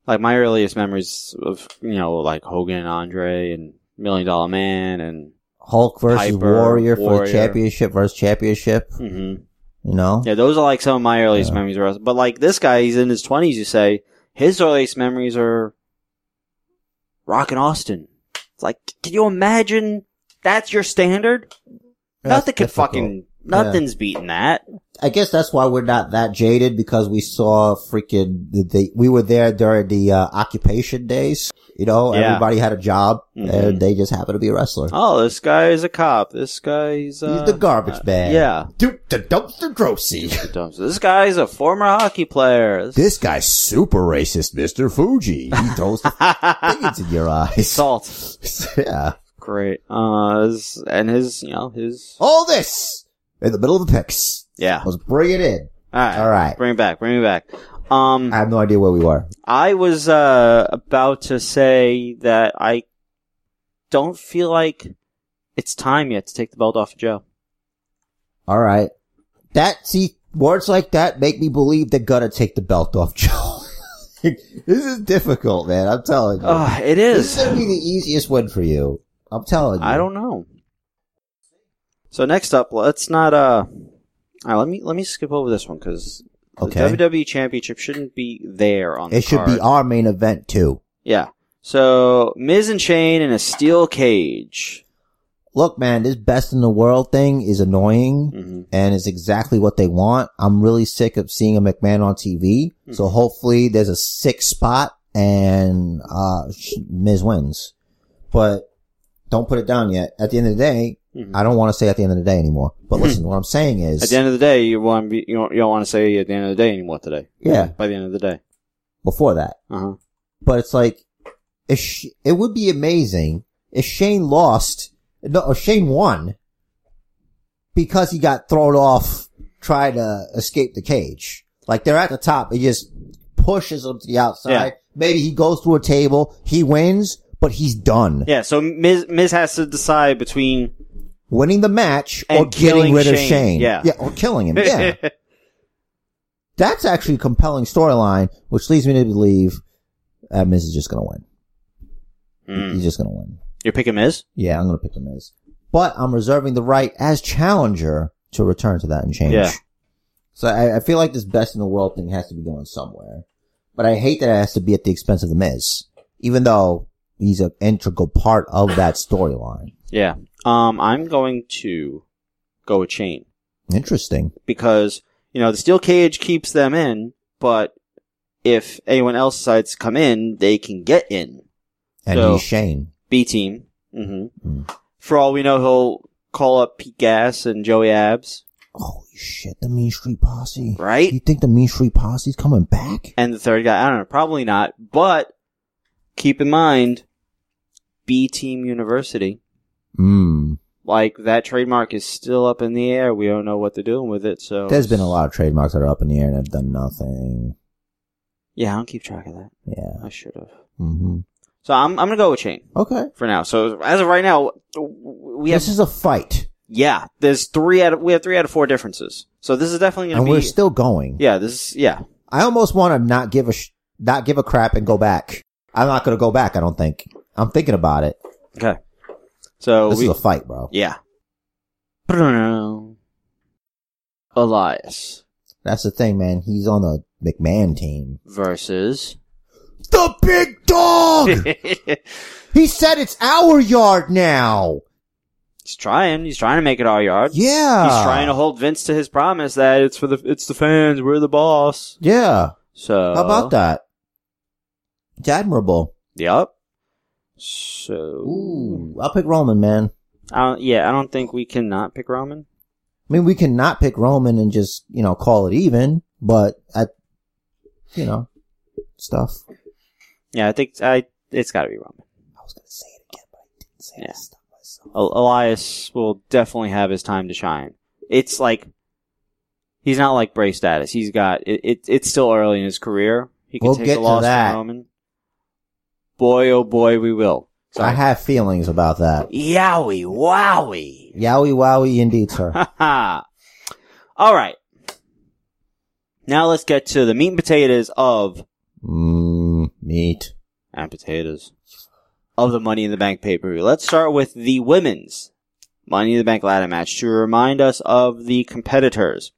Like my earliest memories of you know like Hogan and Andre and Million Dollar Man and
Hulk versus
Piper,
Warrior, for
Warrior.
the championship versus championship.
mhm.
You know,
yeah, those are like some of my earliest
Yeah.
memories. Of wrestling. But like this guy, he's in his twenties. You say his earliest memories are Rock and Austin. It's like, can you imagine? That's your standard.
That's
Nothing can
difficult.
fucking nothing's beating that.
I guess that's why we're not that jaded because we saw freaking the, the we were there during the uh, occupation days. You know,
Yeah.
everybody had a job
Mhm.
and they just happened to be a wrestler.
Oh, this guy is a cop. This guy's uh,
He's the garbage man.
yeah.
*laughs* Duke the dumpster grossy.
Dumb. So this guy's a former hockey player. This-
This guy's super racist, Mr. Fuji. He
*laughs*
throws the things in your eyes.
Salt.
*laughs* yeah.
Great. Uh, his- and his, you know, his.
All this in the middle of the pics.
Yeah.
Let's bring it in.
All right.
All right.
Bring it back. Bring it back. Um,
I have no idea where we were.
I was uh about to say that I don't feel like it's time yet to take the belt off of Joe.
All right. That, see, words like that make me believe they're gonna take the belt off *laughs* Joe. this is difficult, man. I'm telling you.
Ugh, Oh, it is.
this is gonna be the easiest win for you. I'm telling you.
I don't know. So next up, let's not uh. all right, let me let me skip over this one because
Okay.
the WWE Championship shouldn't be there on. the
It should be
card.
our main event too.
Yeah. So Miz and Shane in a steel cage.
Look, man, this best in the world thing is annoying.
hmm
and it's exactly what they want. I'm really sick of seeing a McMahon on TV.
Hmm.
So hopefully there's a sick spot and, uh, sh- Miz wins. But don't put it down yet. At the end of the day,
Mhm.
I don't want to say at the end of the day anymore. But
*laughs*
listen, what I'm saying is,
At the end of the day, you want to be, you don't, you don't want to say at the end of the day anymore today.
Yeah.
By the end of the day.
before that,
Uh huh.
but it's like, if sh- it would be amazing if Shane lost, no, if Shane won because he got thrown off trying to escape the cage. Like they're at the top, he just pushes him to the outside.
Yeah.
Maybe he goes through a table, he wins, but he's done.
Yeah. So Miz, Miz has to decide between. *laughs*
Winning the match or
And
getting
killing
rid of
Shane,
Shane.
yeah.
or
*laughs*
killing him. Yeah.
yeah.
That's actually a compelling storyline, which leads me to believe uh, Miz is just gonna win.
Mm.
He's just gonna win.
Mm-hmm. You're picking Miz.
Yeah, I'm going to pick the Miz. But I'm reserving the right as challenger to return to that and change.
Yeah.
So I, I feel like this best in the world thing has to be going somewhere. But I hate that it has to be at the expense of the Miz, even though he's an integral part of that storyline.
Yeah. Um, I'm going to go with Shane
Interesting.
because you know the steel cage keeps them in, but if anyone else decides to come in, they can get in.
And
So-
he's Shane.
B team. hmm
Mm.
For all we know, he'll call up Pete Gas and Joey Abs,
Holy shit, the Mean Street Posse. You
right?
think the Mean Street Posse's coming back?
And the third guy, I don't know, probably not. But keep in mind, B Team University,
Hmm.
like that trademark is still up in the air. We don't know what they're doing with it. So
There's been a lot of trademarks that are up in the air and have done nothing.
Yeah, I don't keep track of that.
Yeah.
I should have.
hmm
So I'm I'm gonna go with Chain
Okay.
for now. So as of right now, we have
This is a fight.
yeah. There's three out. Of, we have three out of four differences. So this is definitely gonna
and
be
we're still going.
yeah. This is yeah.
I almost want to not give a sh- not give a crap and go back. I'm not gonna go back. I don't think. I'm thinking about it.
Okay. So
this
we,
is a fight, bro.
Yeah. Elias
That's the thing, man. He's on the McMahon team.
versus. *laughs*
The big dog.
he's
he said it's our yard now.
trying. He's trying to make it our yard.
Yeah.
He's trying to hold Vince to his promise that it's for the it's the fans. We're the boss.
Yeah.
So
How about that? It's admirable.
Yep. So
Ooh, I'll pick Roman, man.
I don't, yeah, I don't think we can not pick Roman.
I mean, we can not pick Roman and just, you know, call it even, but at, you know, stuff.
Yeah, I think I it's got to be Roman.
I was going to say it again, but I didn't say
Yeah.
it. Stop myself.
El- Elias will definitely have his time to shine. It's like he's not like Bray status. He's got it. it it's still early in his career. He can
We'll
take
get
a
to
loss
that.
from Roman. Boy, oh boy, we will.
I have feelings about that.
Yowie, wowie.
Yowie wowie indeed,
*laughs*
sir.
Ha ha. All right. Now let's get to the meat and potatoes of
Mmm, meat.
and potatoes of the Money in the Bank pay per view. Let's start with the women's Money in the Bank ladder match to remind us of the competitors: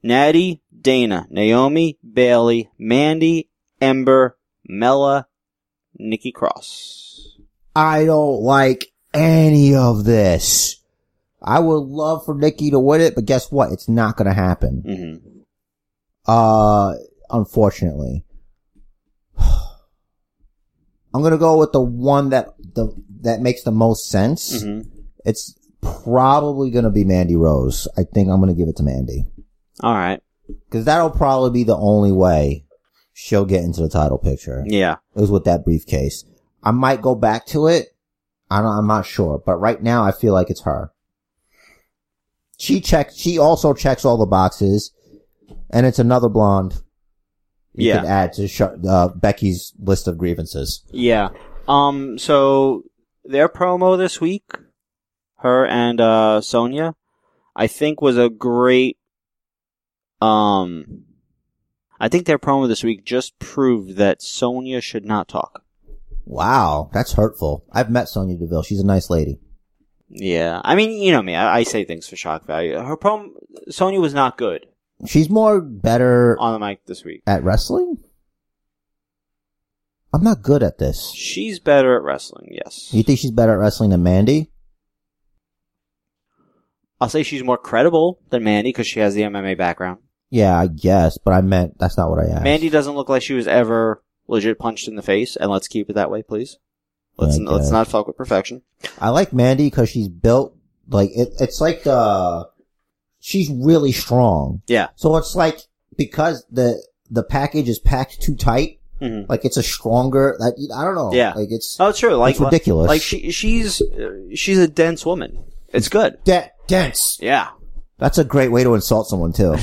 Natty, Dana, Naomi, Bailey, Mandy, Ember, Mella, Nikki Cross.
I don't like any of this. I would love for Nikki to win it, but guess what? It's not gonna happen.
hmm
Uh, unfortunately. *sighs* I'm gonna go with the one that, the, that makes the most sense.
hmm
It's probably gonna be Mandy Rose. I think I'm gonna give it to Mandy.
All right.
Cause that'll probably be the only way she'll get into the title picture.
Yeah.
It was with that briefcase. I might go back to it. I don't, I'm not sure, but right now I feel like it's her. She checks, she also checks all the boxes and it's another blonde. You
Yeah.
could add to Char- uh, Becky's list of grievances.
Yeah. Um. So their promo this week, her and uh, Sonia, I think was a great. Um, I think their promo this week just proved that Sonia should not talk.
Wow. That's hurtful. I've met Sonya Deville. She's a nice lady.
Yeah. I mean, you know me. I, I say things for shock value. Her promo, Sonia was not good
She's more better
on the mic this week.
at wrestling. I'm not good at this.
She's better at wrestling. Yes.
You think she's better at wrestling than Mandy?
I'll say she's more credible than Mandy because she has the MMA background.
Yeah, I guess, but I meant that's not what I asked.
Mandy doesn't look like she was ever legit punched in the face, and let's keep it that way, please. Let's
Yeah, I
let's
guess.
not fuck with perfection.
I like Mandy because she's built like it, it's like uh she's really strong.
Yeah.
So it's like because the the package is packed too tight,
hmm
like it's a stronger that I don't know.
Yeah.
Like it's
Oh, it's true. Like
It's ridiculous.
Like she she's uh, she's a dense woman. It's good.
de- dense.
Yeah. *laughs*
That's a great way to insult someone too.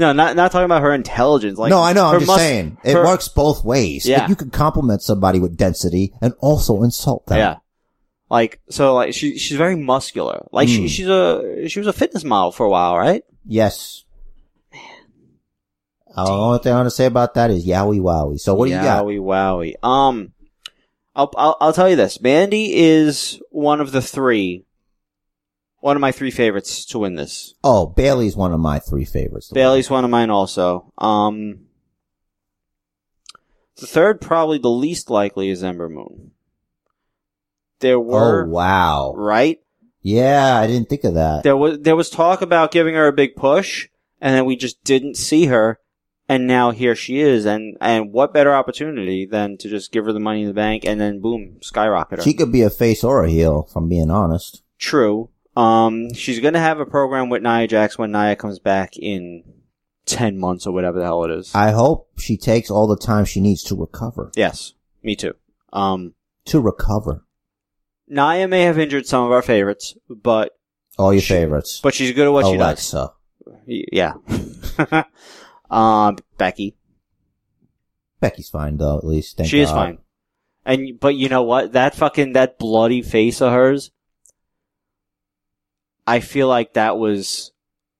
no, not not talking about her intelligence. *laughs* Like
no, I know. I'm
her
just
mus-
saying it
her-
works both ways.
Yeah.
Like, you can compliment somebody with density and also insult them.
Yeah. Like so, like she she's very muscular. Like she
Mm.
she's a she was a fitness model for a while, right?
Yes. Man. The only thing I want to say about that is yowie wowie. So what do you got?
Yowie wowie. Um, I'll, I'll I'll tell you this. Mandy is one of the three, one of my three favorites to win this.
Oh, Bailey's one of my three favorites.
Bailey's one of mine also. Um, the third, probably the least likely, is Ember Moon. There
Oh
were
wow!
right.
Yeah, I didn't think of that.
There was there was talk about giving her a big push, and then we just didn't see her. And now here she is, and, and what better opportunity than to just give her the money in the bank and then boom, skyrocket her.
She could be a face or a heel, if I'm being honest.
True. Um, she's gonna have a program with Nia Jax when Nia comes back in ten months or whatever the hell it is.
I hope she takes all the time she needs to recover.
yes, me too. Um,
To recover.
Nia may have injured some of our favorites, but
All your
She-
favorites.
but she's good at what she does.
Alexa.
Y- Yeah. *laughs* um, Becky,
Becky's fine though, at least. Thank
she is
God.
fine. And but you know what? That fucking that bloody face of hers. I feel like that was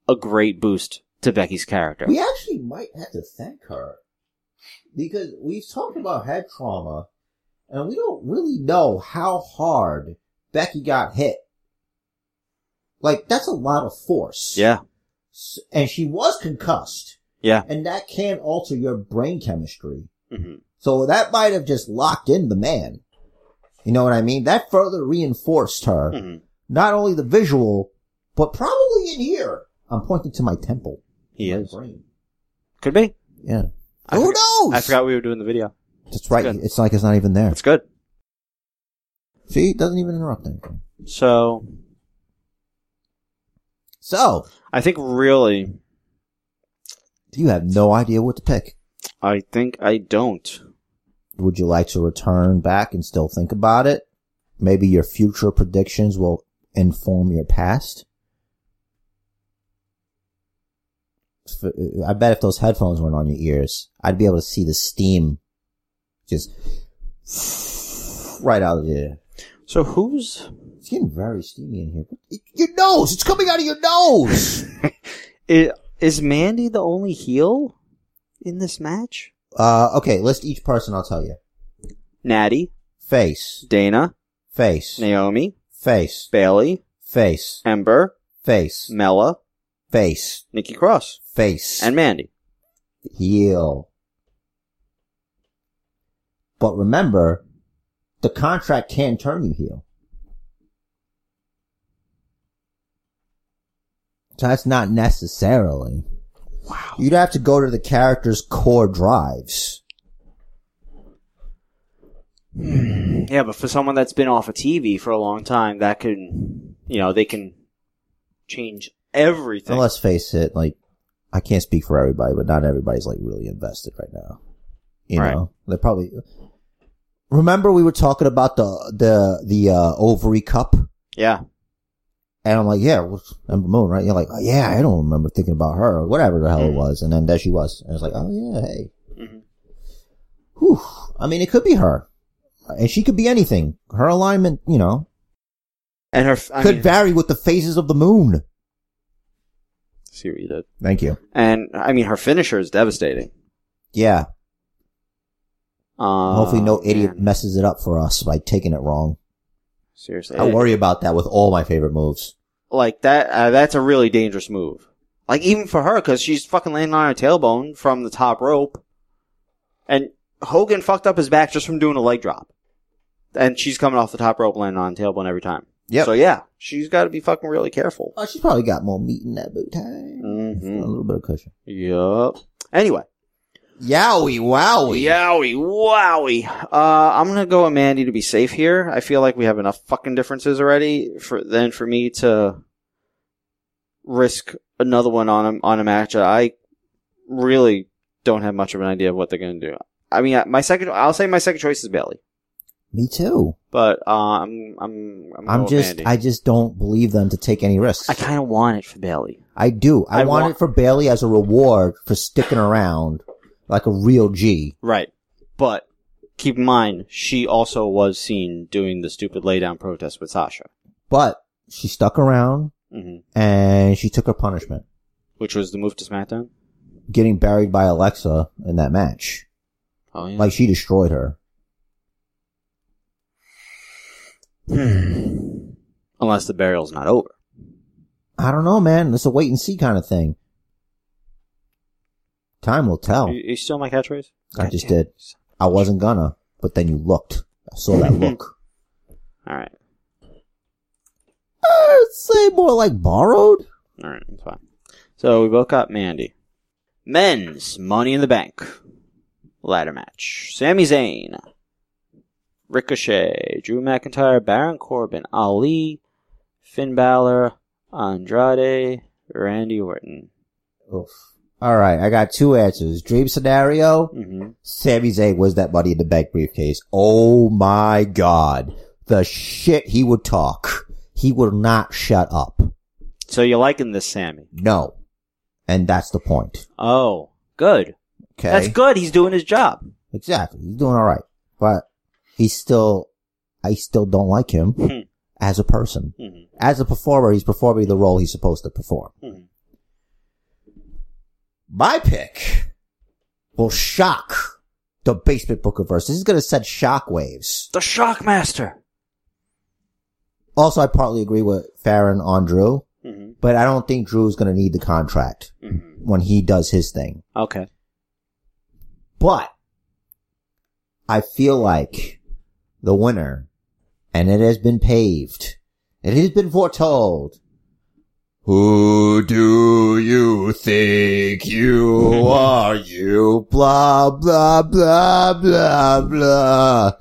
a great boost to Becky's character.
We actually might have to thank her because we've talked
Hmm.
about head trauma, and we don't really know how hard Becky got hit. Like that's a lot of force.
Yeah.
S- and she was concussed.
Yeah.
And that can alter your brain chemistry.
hmm
So that might have just locked in the man. You know what I mean? That further reinforced her.
hmm
Not only the visual, but probably in here. I'm pointing to my temple.
He
my
is.
brain.
Could be.
Yeah.
I
Who
forgot-
knows?
I forgot we were doing the video.
That's right.
Good.
It's like it's not even there.
That's good.
See, it doesn't even interrupt anything.
So
So,
I think really,
you have no idea what to pick.
I think I don't.
Would you like to return back and still think about it? Maybe your future predictions will inform your past? F- I bet if those headphones weren't on your ears, I'd be able to see the steam just right out of there.
So who's
It's getting very steamy in here. It- Your nose! It's coming out of your nose!
is, is Mandy the only heel in this match?
uh, okay, list each person, I'll tell you.
Natty,
Face.
Dana,
Face.
Naomi,
Face.
Bailey,
Face.
Ember,
Face.
Mella,
Face.
Nikki Cross,
Face.
and Mandy.
heel. But remember, the contract can turn you heel. So that's not necessarily. Wow. You'd have to go to the character's core drives.
Yeah, but for someone that's been off of TV for a long time, that can you know they can change everything.
And let's face it, like, I can't speak for everybody, but not everybody's like really invested right now. You
Right.
know, they probably remember we were talking about the, the, the, uh, ovary cup.
yeah,
And I'm like, yeah, well, Ember Moon, right? You're like, oh, yeah, I don't remember thinking about her, or whatever the hell it
Mhm.
was. And then there she was. And it's like, oh, yeah, hey.
Mhm.
Whew. I mean, it could be her. And she could be anything. Her alignment, you know,
and her I
could
mean,
vary with the phases of the moon.
see what you did.
Thank you.
And I mean her finisher is devastating.
Yeah.
Uh,
Hopefully no idiot
man.
messes it up for us by taking it wrong.
Seriously,
I worry about that with all my favorite moves.
like that uh, that's a really dangerous move like even for her because she's fucking landing on her tailbone from the top rope and hogan fucked up his back just from doing a leg drop and she's coming off the top rope landing on tailbone every time
Yep.
so yeah she's got to be fucking really careful
Oh, she's probably got more meat in that boot. Hey. A
mm-hmm.
little bit of cushion.
yep anyway
Yowie, wowie.
yowie wowie uh, i'm gonna go with mandy to be safe here i feel like we have enough fucking differences already for then for me to risk another one on a, on a match that I really don't have much of an idea of what they're going to do. I mean, my second, I'll say my second choice is Bailey,
Me too.
but uh, I'm I'm I'm,
I'm
going
just,
Oh, Mandy.
I just don't believe them to take any risks.
I kind of want it for Bailey.
I do. I,
I
want,
want-
it for Bailey as a reward for sticking around like a real G.
Right. But keep in mind, she also was seen doing the stupid laydown protest with Sasha,
But she stuck around
hmm
and she took her punishment,
which was the move to SmackDown.
getting buried by Alexa in that match.
Oh yeah.
Like she destroyed her.
Hmm. Unless the burial's not over.
I don't know, man. It's a wait and see kind of thing. Time will tell.
You, you still my catchphrase?
I just did. I wasn't gonna, but then you looked. I saw
*laughs*
that look.
All right.
I'd say more like borrowed.
All right, that's fine. So we both got Mandy. Men's Money in the Bank ladder match: Sami Zayn, Ricochet, Drew McIntyre, Baron Corbin, Ali, Finn Balor, Andrade, Randy Orton.
Oof. All right, I got two answers. Dream scenario.
Mm-hmm.
Sami Zayn was that money in the bank briefcase. Oh my god. The shit he would talk. He would not shut up.
So you're liking this, Sammy?
No. And that's the point.
Oh, good.
Okay.
That's good. He's doing his job.
Exactly. He's doing alright. But he's still, I still don't like
Hmm.
him as a person.
Mm-hmm.
As a performer, he's performing the role he's supposed to perform.
Mhm.
My pick will shock the basement bookiverse. This is gonna send shockwaves.
The Shockmaster.
Also, I partly agree with Farron on Drew,
Mm-hmm.
but I don't think Drew's going to need the contract
Mm-hmm.
when he does his thing.
Okay.
But I feel like the winner, and it has been paved, it has been foretold. Who do you think you are? You blah blah blah blah blah.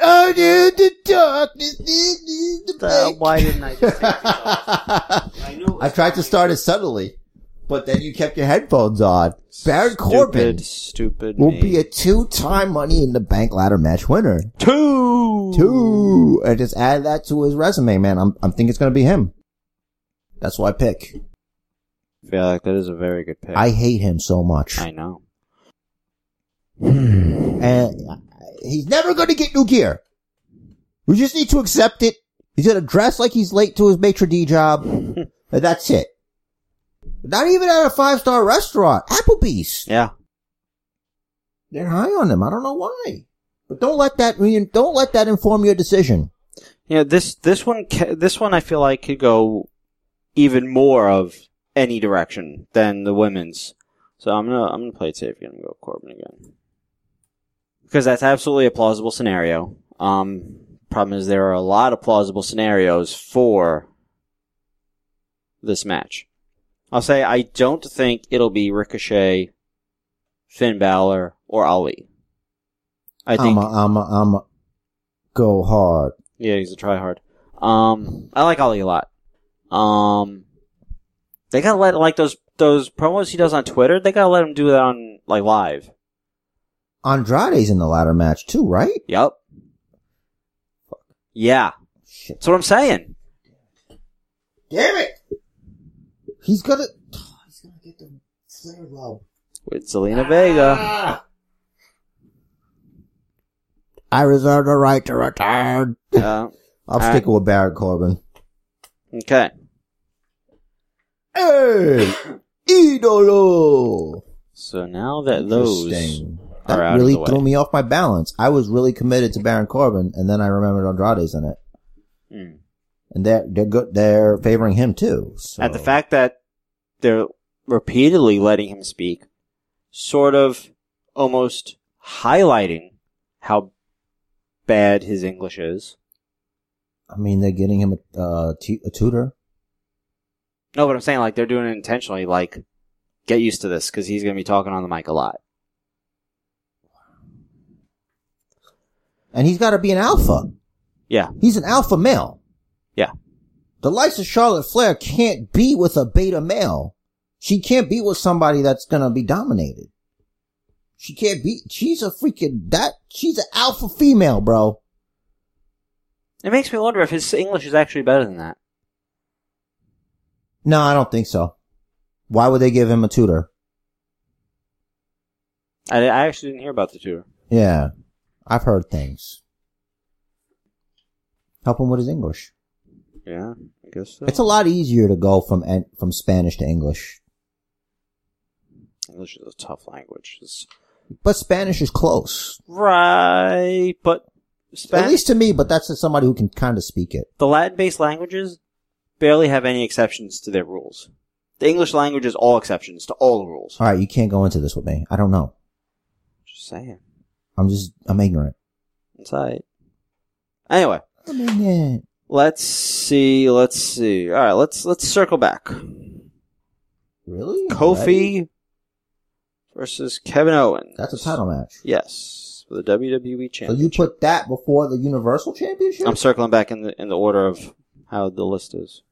Oh, dude, the darkness is the
Uh,
bank.
why didn't I
*laughs*
just take these off?
I knew. it was
I tried to
coming.
start it subtly, but then you kept your headphones on. Baron Corbin
Stupid, stupid.
will
me.
be a two-time Money in the Bank ladder match winner.
two.
Two. I just add that to his resume, man. I'm, I'm thinking it's gonna be him. That's why I pick.
I feel like that is a very good pick.
I hate him so much.
I know.
and he's never going to get new gear. We just need to accept it. He's going to dress like he's late to his maitre d' job, and that's it. Not even at a five star restaurant, Applebee's.
Yeah.
They're high on him. I don't know why, but don't let that re- don't let that inform your decision.
Yeah, this this one ca- this one I feel like could go even more of any direction than the women's. So I'm gonna I'm gonna play it safe. I'm gonna go Corbin again because that's absolutely a plausible scenario. Um, problem is there are a lot of plausible scenarios for this match. I'll say I don't think it'll be Ricochet, Finn Balor, or Ali. I
I am
think
a, I'm a, I'm a, go hard.
yeah, he's a tryhard. Um, I like Ollie a lot. Um, they gotta let like those those promos he does on Twitter. They gotta let him do that on like live.
Andrade's in the ladder match too, right?
Yep. Yeah,
Shit.
that's what I'm saying.
Damn it! He's gonna he's gonna get the flare rub.
With Selena Vega,
Ah! I reserve the right to return.
uh,
I'm
All
sticking with Barrett Corbin.
okay,
Hey, *coughs* idolo.
so now that those
Interesting.
are
That
out of
really
the way.
threw me off my balance. I was really committed to Baron Corbin, and then I remembered Andrade's in it,
Hmm.
and they're they're good. They're favoring him too. So.
and the fact that they're repeatedly letting him speak, sort of almost highlighting how bad his English is.
I mean, they're getting him a, uh, t- a tutor.
No, but I'm saying like they're doing it intentionally. Like, get used to this because he's going to be talking on the mic a lot.
And he's got to be an alpha.
Yeah.
He's an alpha male.
Yeah.
The likes of Charlotte Flair can't be with a beta male. She can't be with somebody that's gonna be dominated. She can't be. She's a freaking that. She's an alpha female, bro.
It makes me wonder if his English is actually better than that.
No, I don't think so. Why would they give him a tutor?
I, I actually didn't hear about the tutor.
Yeah, I've heard things. Help him with his English.
Yeah, I guess so.
It's a lot easier to go from en- from Spanish to English,
English is a tough language. It's
but Spanish is close.
right, but Spanish,
At least to me, but that's to somebody who can kind of speak it.
the Latin-based languages barely have any exceptions to their rules. The English language is all exceptions to all the rules.
All right, you can't go into this with me. I don't know.
Just saying,
I'm just, I'm ignorant.
it's alright. Anyway,
I'm ignorant.
let's see. Let's see. All right, let's let's circle back.
Really? Already?
Kofi versus Kevin Owens.
That's a title match.
Yes, for the WWE
So you
Championship.
put that before the Universal Championship?
I'm circling back in the in the order of how the list is.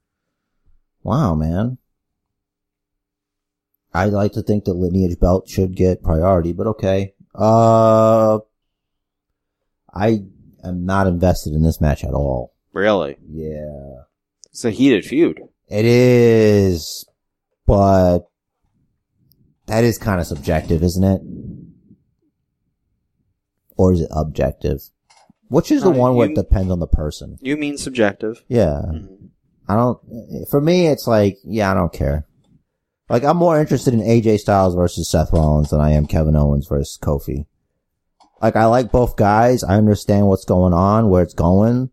wow, man. I like to think the lineage belt should get priority, but okay. Uh, I am not invested in this match at all.
Really,
Yeah.
it's a heated feud.
It is, but that is kind of subjective, isn't it? Or is it objective? Which is the
Uh,
one where it
you-
depends on the person?
You mean subjective?
Yeah. I don't, for me, it's like, yeah, I don't care. Like, I'm more interested in AJ Styles versus Seth Rollins than I am Kevin Owens versus Kofi. Like, I like both guys. I understand what's going on, where it's going.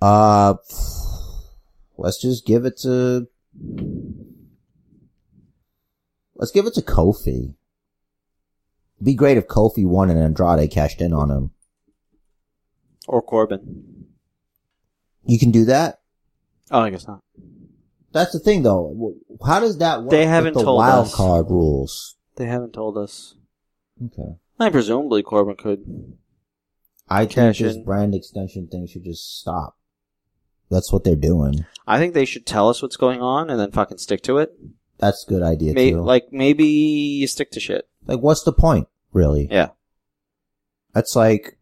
Uh, let's just give it to, let's give it to Kofi. Be great if Kofi won and Andrade cashed in on him.
Or Corbin?
You can do that?
Oh, I guess not.
That's the thing, though. W- How does that work?
They
with
haven't
the
told
wild
us.
card rules.
They haven't told us.
Okay.
I presumably Corbin could.
I think
Cash
this
in.
brand extension thing should just stop. That's what they're doing.
I think they should tell us what's going on and then fucking stick to it.
That's a good idea
May-
too.
like maybe you stick to shit.
Like, what's the point, really?
Yeah.
That's like,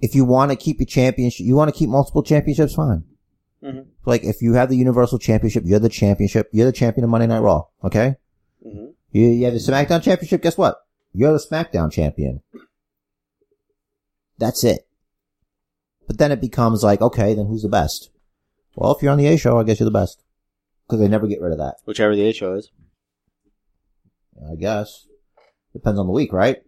if you want to keep your championship, you want to keep multiple championships, fine.
Mhm.
Like, if you have the Universal Championship, you're the championship, you're the champion of Monday Night Raw, okay?
hmm
You, you have the SmackDown Championship, guess what? You're the SmackDown champion. That's it. But then it becomes like, okay, then who's the best? Well, if you're on the A show, I guess you're the best. Because they never get rid of that,
Whichever the HO is.
I guess. Depends on the week, right?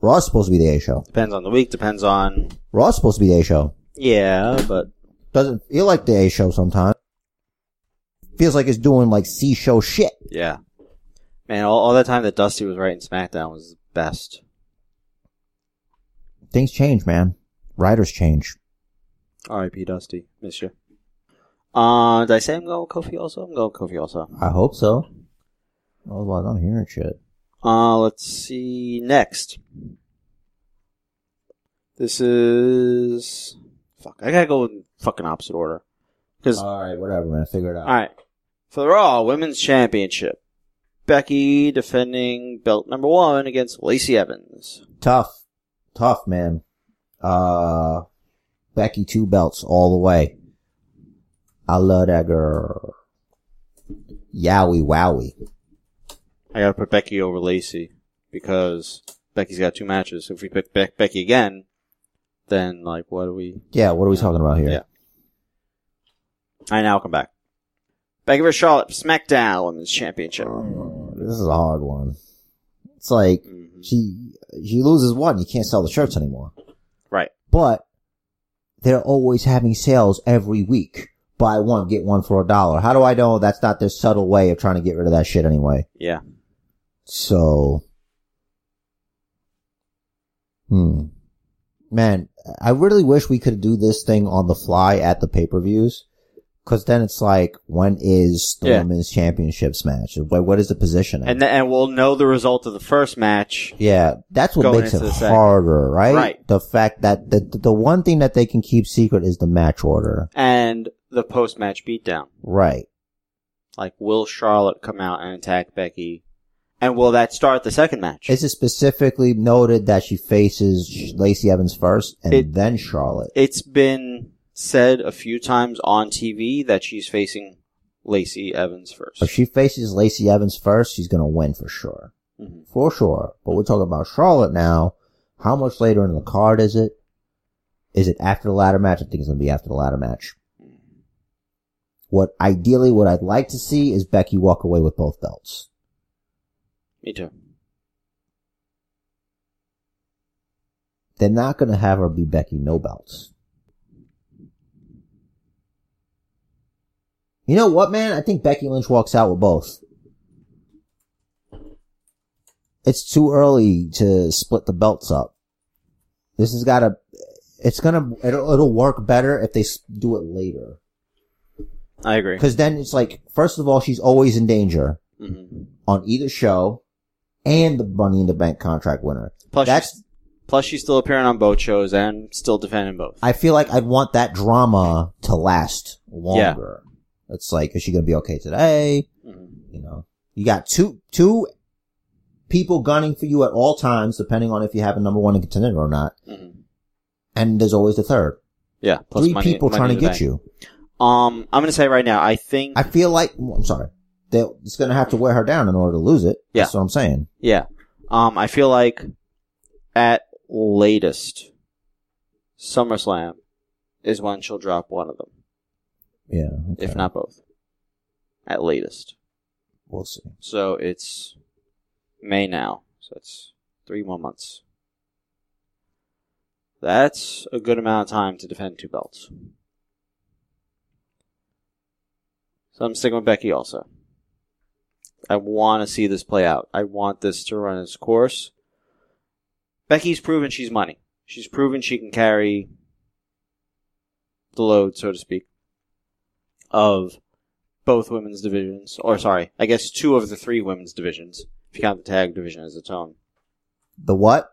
Raw's supposed to be the A show.
Depends on the week, depends on.
Raw's supposed to be the A show.
Yeah, but.
Doesn't feel like the A show sometimes. Feels like it's doing like C show shit.
Yeah. Man, all, all that time that Dusty was writing SmackDown was the best.
Things change, man. Writers change.
R.I.P. Dusty. Miss you. Uh, did I say I'm going with Kofi also? I'm going with Kofi also.
I hope so. Otherwise, I'm hearing shit.
Uh, let's see. Next. This is. Fuck. I gotta go in fucking opposite order. Because
All right, whatever, man. Figure it out.
All right. For the Raw Women's Championship, Becky defending belt number one against Lacey Evans.
Tough, tough, man. Uh, Becky two belts all the way. I love that girl. Yowie, wowie.
I gotta put Becky over Lacey because Becky's got two matches. If we pick Be- Becky again, then like, what do we?
Yeah, what are we talking about here?
Yeah. I now come back. Becky vs Charlotte SmackDown Women's Championship.
Uh, This is a hard one. It's like
Mhm.
she she loses one, you can't sell the shirts anymore.
Right.
But they're always having sales every week. Buy one, get one for a dollar. How do I know that's not their subtle way of trying to get rid of that shit anyway?
Yeah.
So, hmm, man, I really wish we could do this thing on the fly at the pay per views, because then it's like, when is the
Yeah.
women's championships match? What, what is the positioning?
And th- and we'll know the result of the first match.
yeah, that's what
Going
makes it
into the second.
harder, right?
Right.
The fact that the the one thing that they can keep secret is the match order,
And the post-match beatdown.
right?
Like, will Charlotte come out and attack Becky? And will that start the second match?
Is it specifically noted that she faces Lacey Evans first and
It-
then Charlotte?
it's been said a few times on TV that she's facing Lacey Evans first.
If she faces Lacey Evans first, she's gonna win for sure.
Mhm.
for sure. But we're talking about Charlotte now. How much later in the card is it? Is it after the ladder match? I think it's going to be after the ladder match. What ideally, what I'd like to see is Becky walk away with both belts.
Me too.
They're not going to have her be Becky no belts. You know what, man? I think Becky Lynch walks out with both. It's too early to split the belts up. This has got to. It's gonna. It'll, it'll work better if they s- do it later.
I agree.
Because then it's like, first of all, she's always in danger
hmm
on either show, and the Money in the Bank contract winner.
Plus,
That's
she's, plus she's still appearing on both shows and still defending both.
I feel like I'd want that drama to last longer. It's like, is she gonna be okay today?
Mhm.
You know, you got two, two people gunning for you at all times, depending on if you have a number one contender or not.
Mhm.
And there's always the third.
Yeah. Plus
Three
money,
people
Money
trying
in
to
the
get
Bank.
you.
Um, I'm gonna say right now, I think.
I feel like, I'm sorry. They're, it's gonna have to wear her down in order to lose it.
Yeah.
That's what I'm saying.
yeah. Um, I feel like at latest SummerSlam is when she'll drop one of them,
Yeah. okay.
if not both. At latest.
we'll see.
So it's May now. So it's three more months. That's a good amount of time to defend two belts. So I'm sticking with Becky also. I want to see this play out. I want this to run its course. Becky's proven she's money. She's proven she can carry the load, so to speak, of both women's divisions, or sorry, I guess two of the three women's divisions, if you count the tag division as its own.
The what?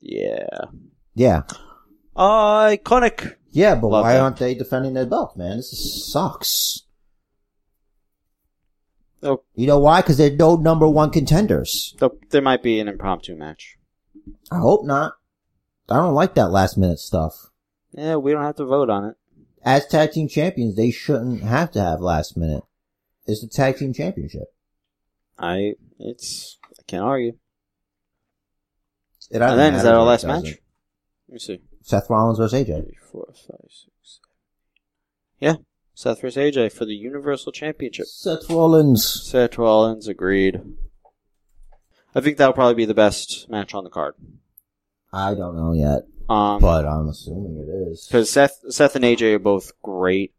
Yeah.
Yeah.
Uh, iconic.
Yeah, but
Love
why
that.
aren't they defending their belt, man? This is- sucks.
Oh,
You know why? Because they're no number one contenders.
th- there might be an impromptu match.
I hope not. I don't like that last minute stuff.
Yeah, we don't have to vote on it.
As tag team champions, they shouldn't have to have last minute. It's the tag team championship.
I, it's, I can't argue.
It
And
doesn't
then, is
matter
that
if
our
it
last
doesn't.
match? Let me see.
Seth Rollins versus AJ.
Three, four, five, six, seven. Yeah, Seth vs. AJ for the Universal Championship.
Seth Rollins.
Seth Rollins agreed. I think that'll probably be the best match on the card.
I don't know yet,
Um,
but I'm assuming it is.
because Seth, Seth and AJ are both great.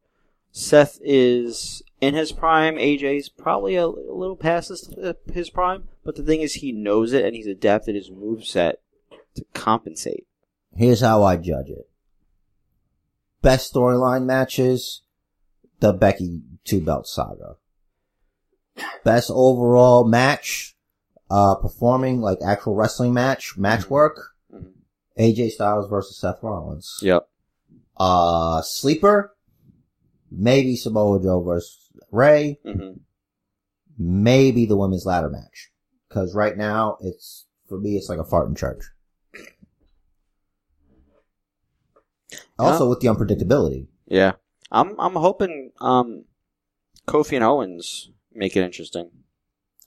Seth is in his prime. AJ's probably a, a little past his, his prime, but the thing is, he knows it and he's adapted his moveset to compensate.
Here's how I judge it. Best storyline matches, the Becky two belt saga. Best overall match, uh, performing like actual wrestling match, match work, AJ Styles versus Seth Rollins.
Yep.
Uh, sleeper, maybe Samoa Joe versus Ray,
hmm
maybe the women's ladder match. Cause right now it's, for me, it's like a fart in church. Also with the unpredictability.
Yeah. I'm I'm hoping um, Kofi and Owens make it interesting.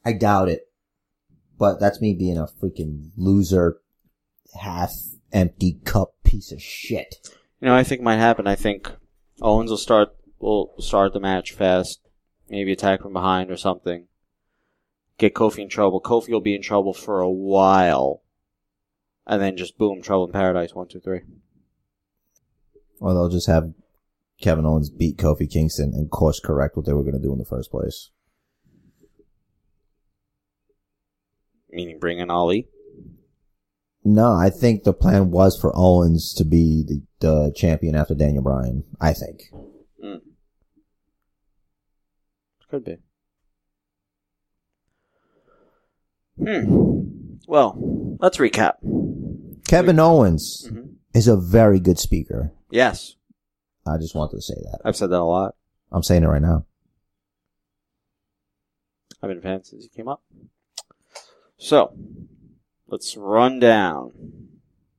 I doubt it. But that's me being a freaking loser, half empty cup piece of shit.
You know, I think might happen. I think Owens will start will start the match fast, maybe attack from behind or something. Get Kofi in trouble. Kofi will be in trouble for a while, and then just boom, trouble in paradise. One, two, three.
Or they'll just have Kevin Owens beat Kofi Kingston and course correct what they were going to do in the first place.
Meaning, bring in Ali.
No, I think the plan was for Owens to be the, the champion after Daniel Bryan. I think.
Mm. Could be. Hmm. Well, let's recap.
Kevin Owens
Mhm.
is a very good speaker.
Yes,
I just wanted to say that.
I've said that a lot.
I'm saying it right now.
I've been a fan since he came up. So, let's run down.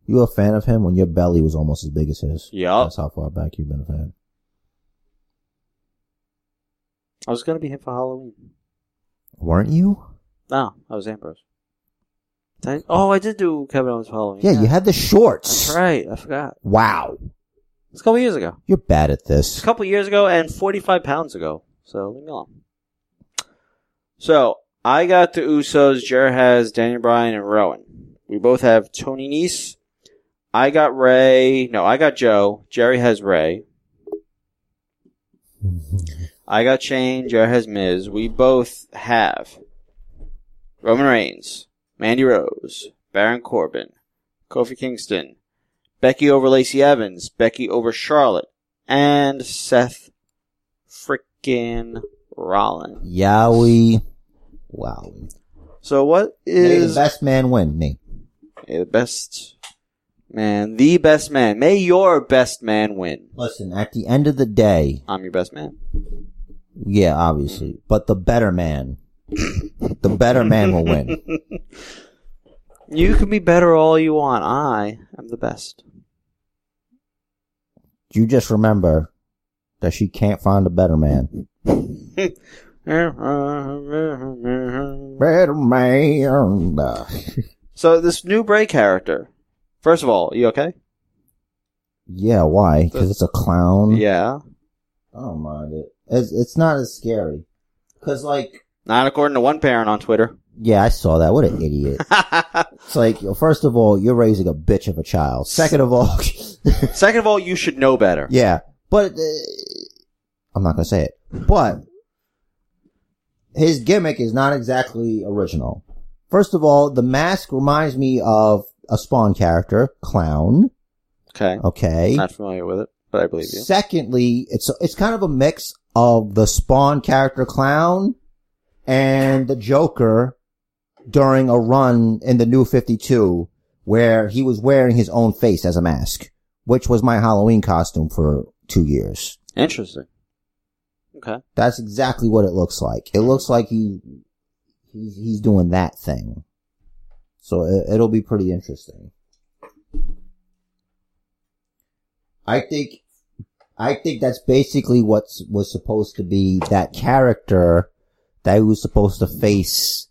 You a fan of him when your belly was almost as big as his?
Yup.
That's how far back you've been a fan.
I was going to be him for Halloween.
Weren't you?
No, I was Ambrose. Did I- oh, I did do Kevin Owens for Halloween.
Yeah, you had the shorts.
That's right. I forgot.
Wow.
It's a couple years ago.
You're bad at
It's a
this.
couple years ago and 45 pounds ago. So, leave me alone. So, I got the Usos. Jer has Daniel Bryan and Rowan. We both have Tony Nese. I got Ray. No, I got Joe. Jerry has Ray. I got Shane, Jared has Miz. We both have Roman Reigns, Mandy Rose, Baron Corbin, Kofi Kingston, Becky over Lacey Evans, Becky over Charlotte, and Seth frickin' Rollins.
Yowie. Wow.
So what
May the
is
best man win me.
May the best man, the best man? May your best man win.
Listen, at the end of the day,
I'm your best man.
yeah, obviously, but the better man, the better man will win. *laughs*
You can be better all you want. I am the best.
You just remember that she can't find a better man.
so
Better man.
this new Bray character. First of all, you okay?
Yeah, why? Because it's a clown.
Yeah.
I don't mind it. It's, it's not as scary. Cause like,
Not according to one parent on Twitter. *laughs*
yeah, I saw that. What an idiot. It's like, yo, first of all, you're raising a bitch of a child. Second of all, *laughs*
Second of all, you should know better.
yeah, but uh, I'm not gonna say it. But his gimmick is not exactly original. First of all, the mask reminds me of a Spawn character, clown.
Okay.
Okay.
Not familiar with it, but I believe you.
Secondly, it's it's kind of a mix of the Spawn character, clown, and the Joker during a run in the New Fifty Two where he was wearing his own face as a mask, which was my Halloween costume for two years.
Interesting. Okay.
That's exactly what it looks like. It looks like he, he he's doing that thing. So it, it'll be pretty interesting. I think, I think that's basically what was supposed to be that character that he was supposed to face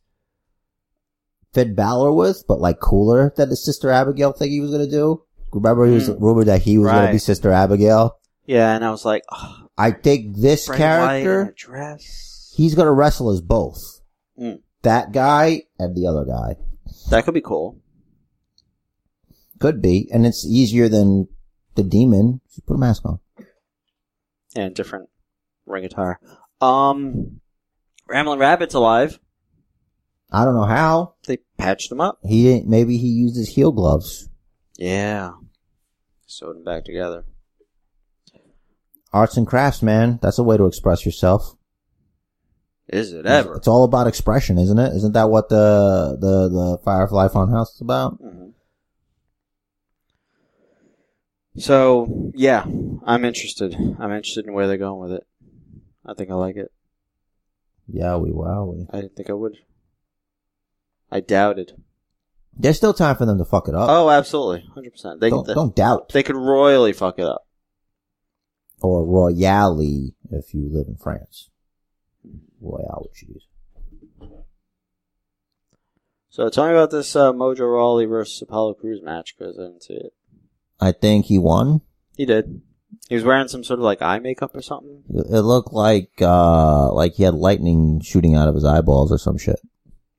Finn Balor with, but like cooler than the Sister Abigail thing he was gonna do. Remember, he was
Hmm.
rumored that he was gonna be
Right.
Sister Abigail.
Yeah, and I was like, oh,
I think this
Bray
character.
Wyatt in a dress.
he's gonna wrestle as both.
Mm.
That guy and the other guy.
That could be cool.
Could be. And it's easier than the demon. Just put a mask on.
And different ring attire. Um, Ramblin' Rabbit's alive.
I don't know how.
They patched him up.
He didn't, maybe he used his heel gloves.
Yeah. Sewed him back together.
Arts and crafts, man. That's a way to express yourself.
Is it ever?
It's all about expression, isn't it? Isn't that what the, the, the Firefly Funhouse is about?
Mhm. So yeah, I'm interested. I'm interested in where they're going with it. I think I like it.
Yeah, we, wow, we.
I didn't think I would. I doubted.
There's still time for them to fuck it up.
Oh, absolutely, hundred percent. They
don't,
they,
don't doubt.
they could royally fuck it up.
Or royale if you live in France.
Hmm.
Royale cheese.
So tell me about this uh, Mojo Rawley versus Apollo Cruz match because I didn't see it.
I think he won.
He did. He was wearing some sort of like eye makeup or something.
It it looked like uh like he had lightning shooting out of his eyeballs or some shit.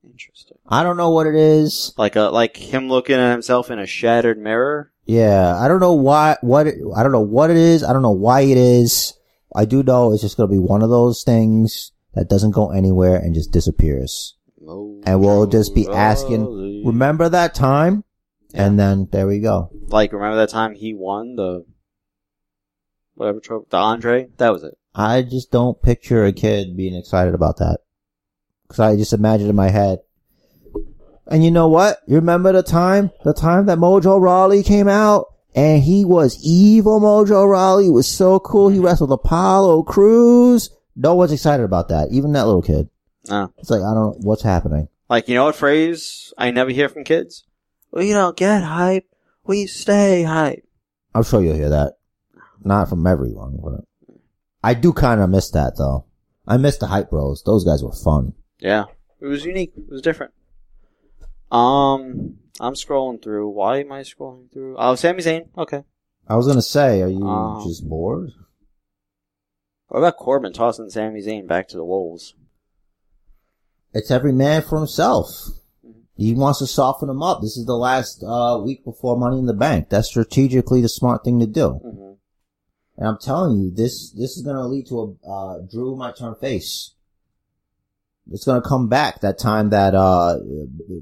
Interesting.
I don't know what it is.
Like a like him looking at himself in a shattered mirror.
Yeah, I don't know why what it, I don't know what it is. I don't know why it is. I do know it's just going to be one of those things that doesn't go anywhere and just disappears. And we'll just be
Mojo
asking,
Rawley.
Remember that time? And then there we go.
Like, remember that time he won the whatever trophy, the Andre? That was it.
I just don't picture a kid being excited about that. Cause I just imagine in my head. And you know what? You remember the time, the time that Mojo Rawley came out and he was evil Mojo Rawley It was so cool. He wrestled Apollo Cruz. No one's excited about that. Even that little kid.
No.
It's like, I don't know what's happening.
Like, you know what phrase I never hear from kids? We don't get hype, we stay hype.
I'm sure you'll hear that. Not from everyone, but I do kind of miss that though. I miss the hype bros. Those guys were fun.
Yeah. It was unique. It was different. Um, I'm scrolling through. Why am I scrolling through? Oh, Sami Zayn. Okay.
I was gonna say, are you
Um,
just bored?
What about Corbin tossing Sami Zayn back to the wolves?
it's every man for himself. He wants to soften him up. This is the last uh, week before Money in the Bank. That's strategically the smart thing to do.
Mm-hmm.
And I'm telling you, this this is going to lead to a uh, Drew might turn face. It's going to come back that time that uh,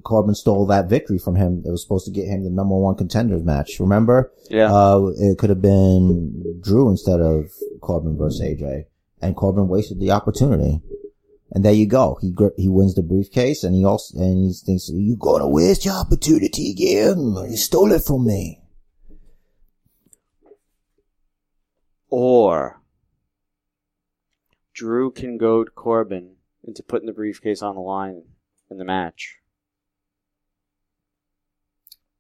Corbin stole that victory from him. It was supposed to get him the number one contenders match. Remember,
Yeah.
uh, it could have been Drew instead of Corbin versus AJ, and Corbin wasted the opportunity. And there you go. He gri- he wins the briefcase, and he also and he thinks you gonna waste your opportunity again. You stole it from me.
or Drew can goad Corbin into putting the briefcase on the line in the match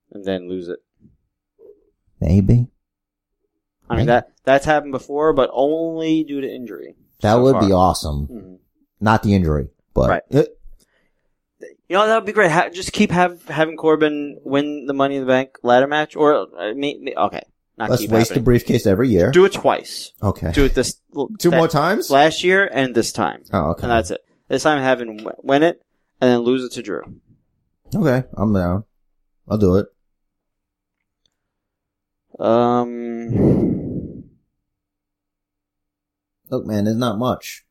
and then lose it.
Maybe
I mean that that's happened before, but only due to injury.
that
so
would
far.
be awesome.
Mhm.
Not the injury, but
Right.
it-
You know that would be great. Ha- just keep have having Corbin win the Money in the Bank ladder match, or uh, me, me- okay, not
let's
keep
waste the
happening.
briefcase every year.
Do it twice.
okay,
Do it this
two
that-
more times.
last year and this time,
oh, okay,
and that's it. This time have him w- win it and then lose it to Drew.
okay. I'm down. I'll do it.
Um,
Look, man, there's not much.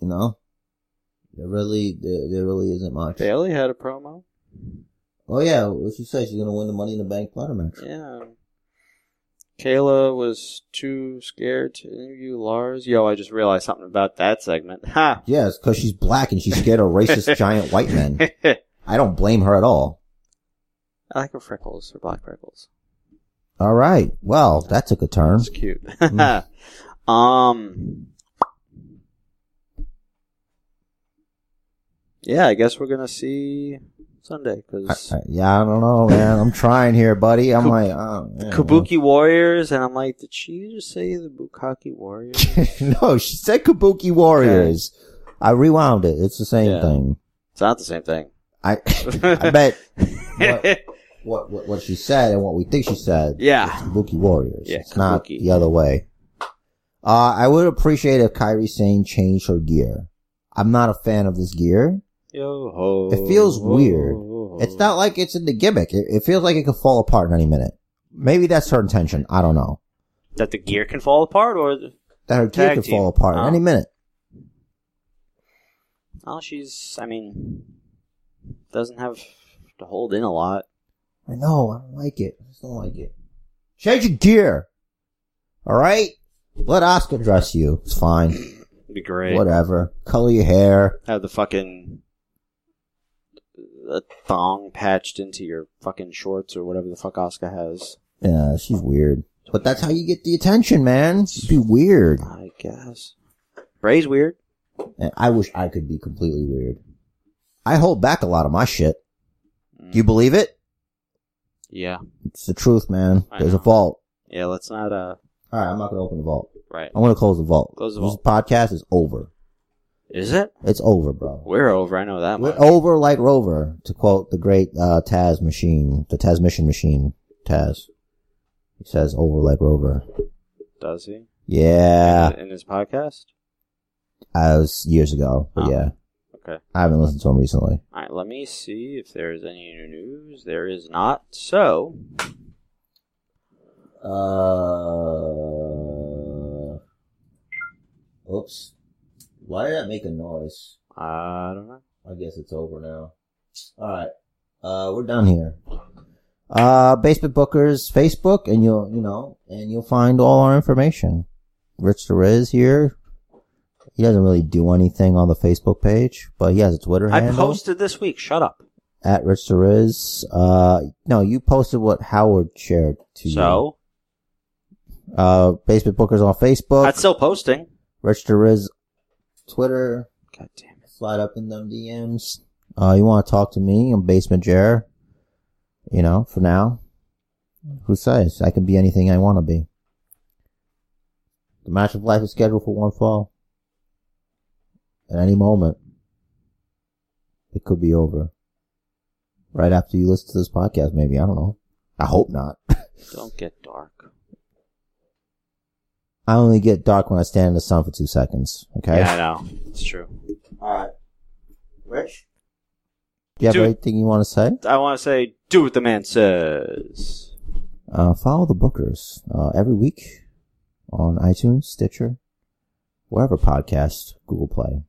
You know, there really there, there really isn't much.
Bailey had a promo.
Oh yeah, what she said, she's gonna win the Money in the Bank platter match.
Yeah. Kayla was too scared to interview Lars. Yo, I just realized something about that segment. Ha! *laughs*
Yeah, it's because she's black and she's scared of racist giant white men. I don't blame her at all.
I like her freckles, her black freckles.
All right. Well, that took a turn.
It's cute. *laughs*
Mm-hmm.
um. Yeah, I guess we're gonna see Sunday
I,
because
I- yeah, I don't know, man. I'm trying here, buddy. I'm like, oh, yeah,
Kabuki Warriors, and I'm like, did she just say the Bukaki Warriors?
well. *laughs* no, she said Kabuki Warriors. I rewound it. It's the same
Yeah.
thing.
it's not the same thing.
I, *laughs* I bet
*laughs*
what, what what she said and what we think she said.
yeah.
Kabuki Warriors.
Yeah,
it's not
Kabuki.
the other way. Uh, I would appreciate if Kyrie Sane changed her gear. I'm not a fan of this gear.
Yo ho.
It feels weird.
ho,
It's not like it's in the gimmick. It, it feels like it could fall apart in any minute. Maybe that's her intention. I don't know.
that the gear can fall apart, or
That her gear
Tag
could
team.
fall apart
Oh.
in any minute.
oh, she's. I mean, doesn't have to hold in a lot.
I know. I don't like it. I just don't like it. Change your gear. All right. Let Oscar dress you. It's fine.
It'd be great.
Whatever. Color your hair.
Have the fucking a thong patched into your fucking shorts or whatever the fuck Asuka has.
Yeah, she's weird. But that's how you get the attention, man. It'd be weird.
I guess. Bray's weird.
And I wish I could be completely weird. I hold back a lot of my shit. Do you believe it?
Yeah.
It's the truth, man.
I
There's
know.
a vault.
Yeah, let's not, uh,
All right, I'm not gonna open the vault.
right.
I'm gonna close the vault.
Close the
this
vault.
podcast is over.
Is it?
It's over, bro.
We're over, I know that
We're
much.
over like Rover, to quote the great uh, Taz machine, the Tasmission machine, Taz. He says over like Rover.
Does he?
Yeah,
In his podcast?
I was years ago, but
Oh.
yeah,
Okay.
I haven't listened to him recently.
Alright, let me see if there's any new news. There is not. So,
Uh, oops. Why did that make a noise?
I don't know.
I guess it's over now. All right, uh, we're done here. Uh, Basement Bookers Facebook, and you'll you know, and you'll find all our information. Rich Riz here. He doesn't really do anything on the Facebook page, but he has a Twitter
I
handle
posted this week. Shut up.
at Rich Riz. Uh, no, you posted what Howard shared to you.
So,
Uh, Basement Bookers on Facebook.
that's still posting.
Rich the Riz, Twitter,
God damn it.
slide up in them DMs. Uh, you want to talk to me? I'm Basement Jer. You know, for now. Who says? I can be anything I want to be. The match of life is scheduled for one fall. At any moment, it could be over. Right after you listen to this podcast, maybe. I don't know. I hope not.
Don't get dark.
I only get dark when I stand in the sun for two seconds. Okay?
Yeah, I know. It's true.
Alright. Rich? Do you have
Dude.
anything you want to say?
I want to say, do what the man says.
Uh, follow the bookers uh, every week on iTunes, Stitcher, wherever podcast, Google Play.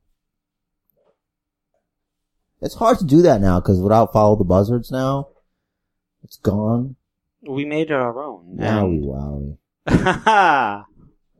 It's hard to do that now because without follow the buzzards now, it's gone.
We made it our own. *laughs*
Now we
and-
wowie.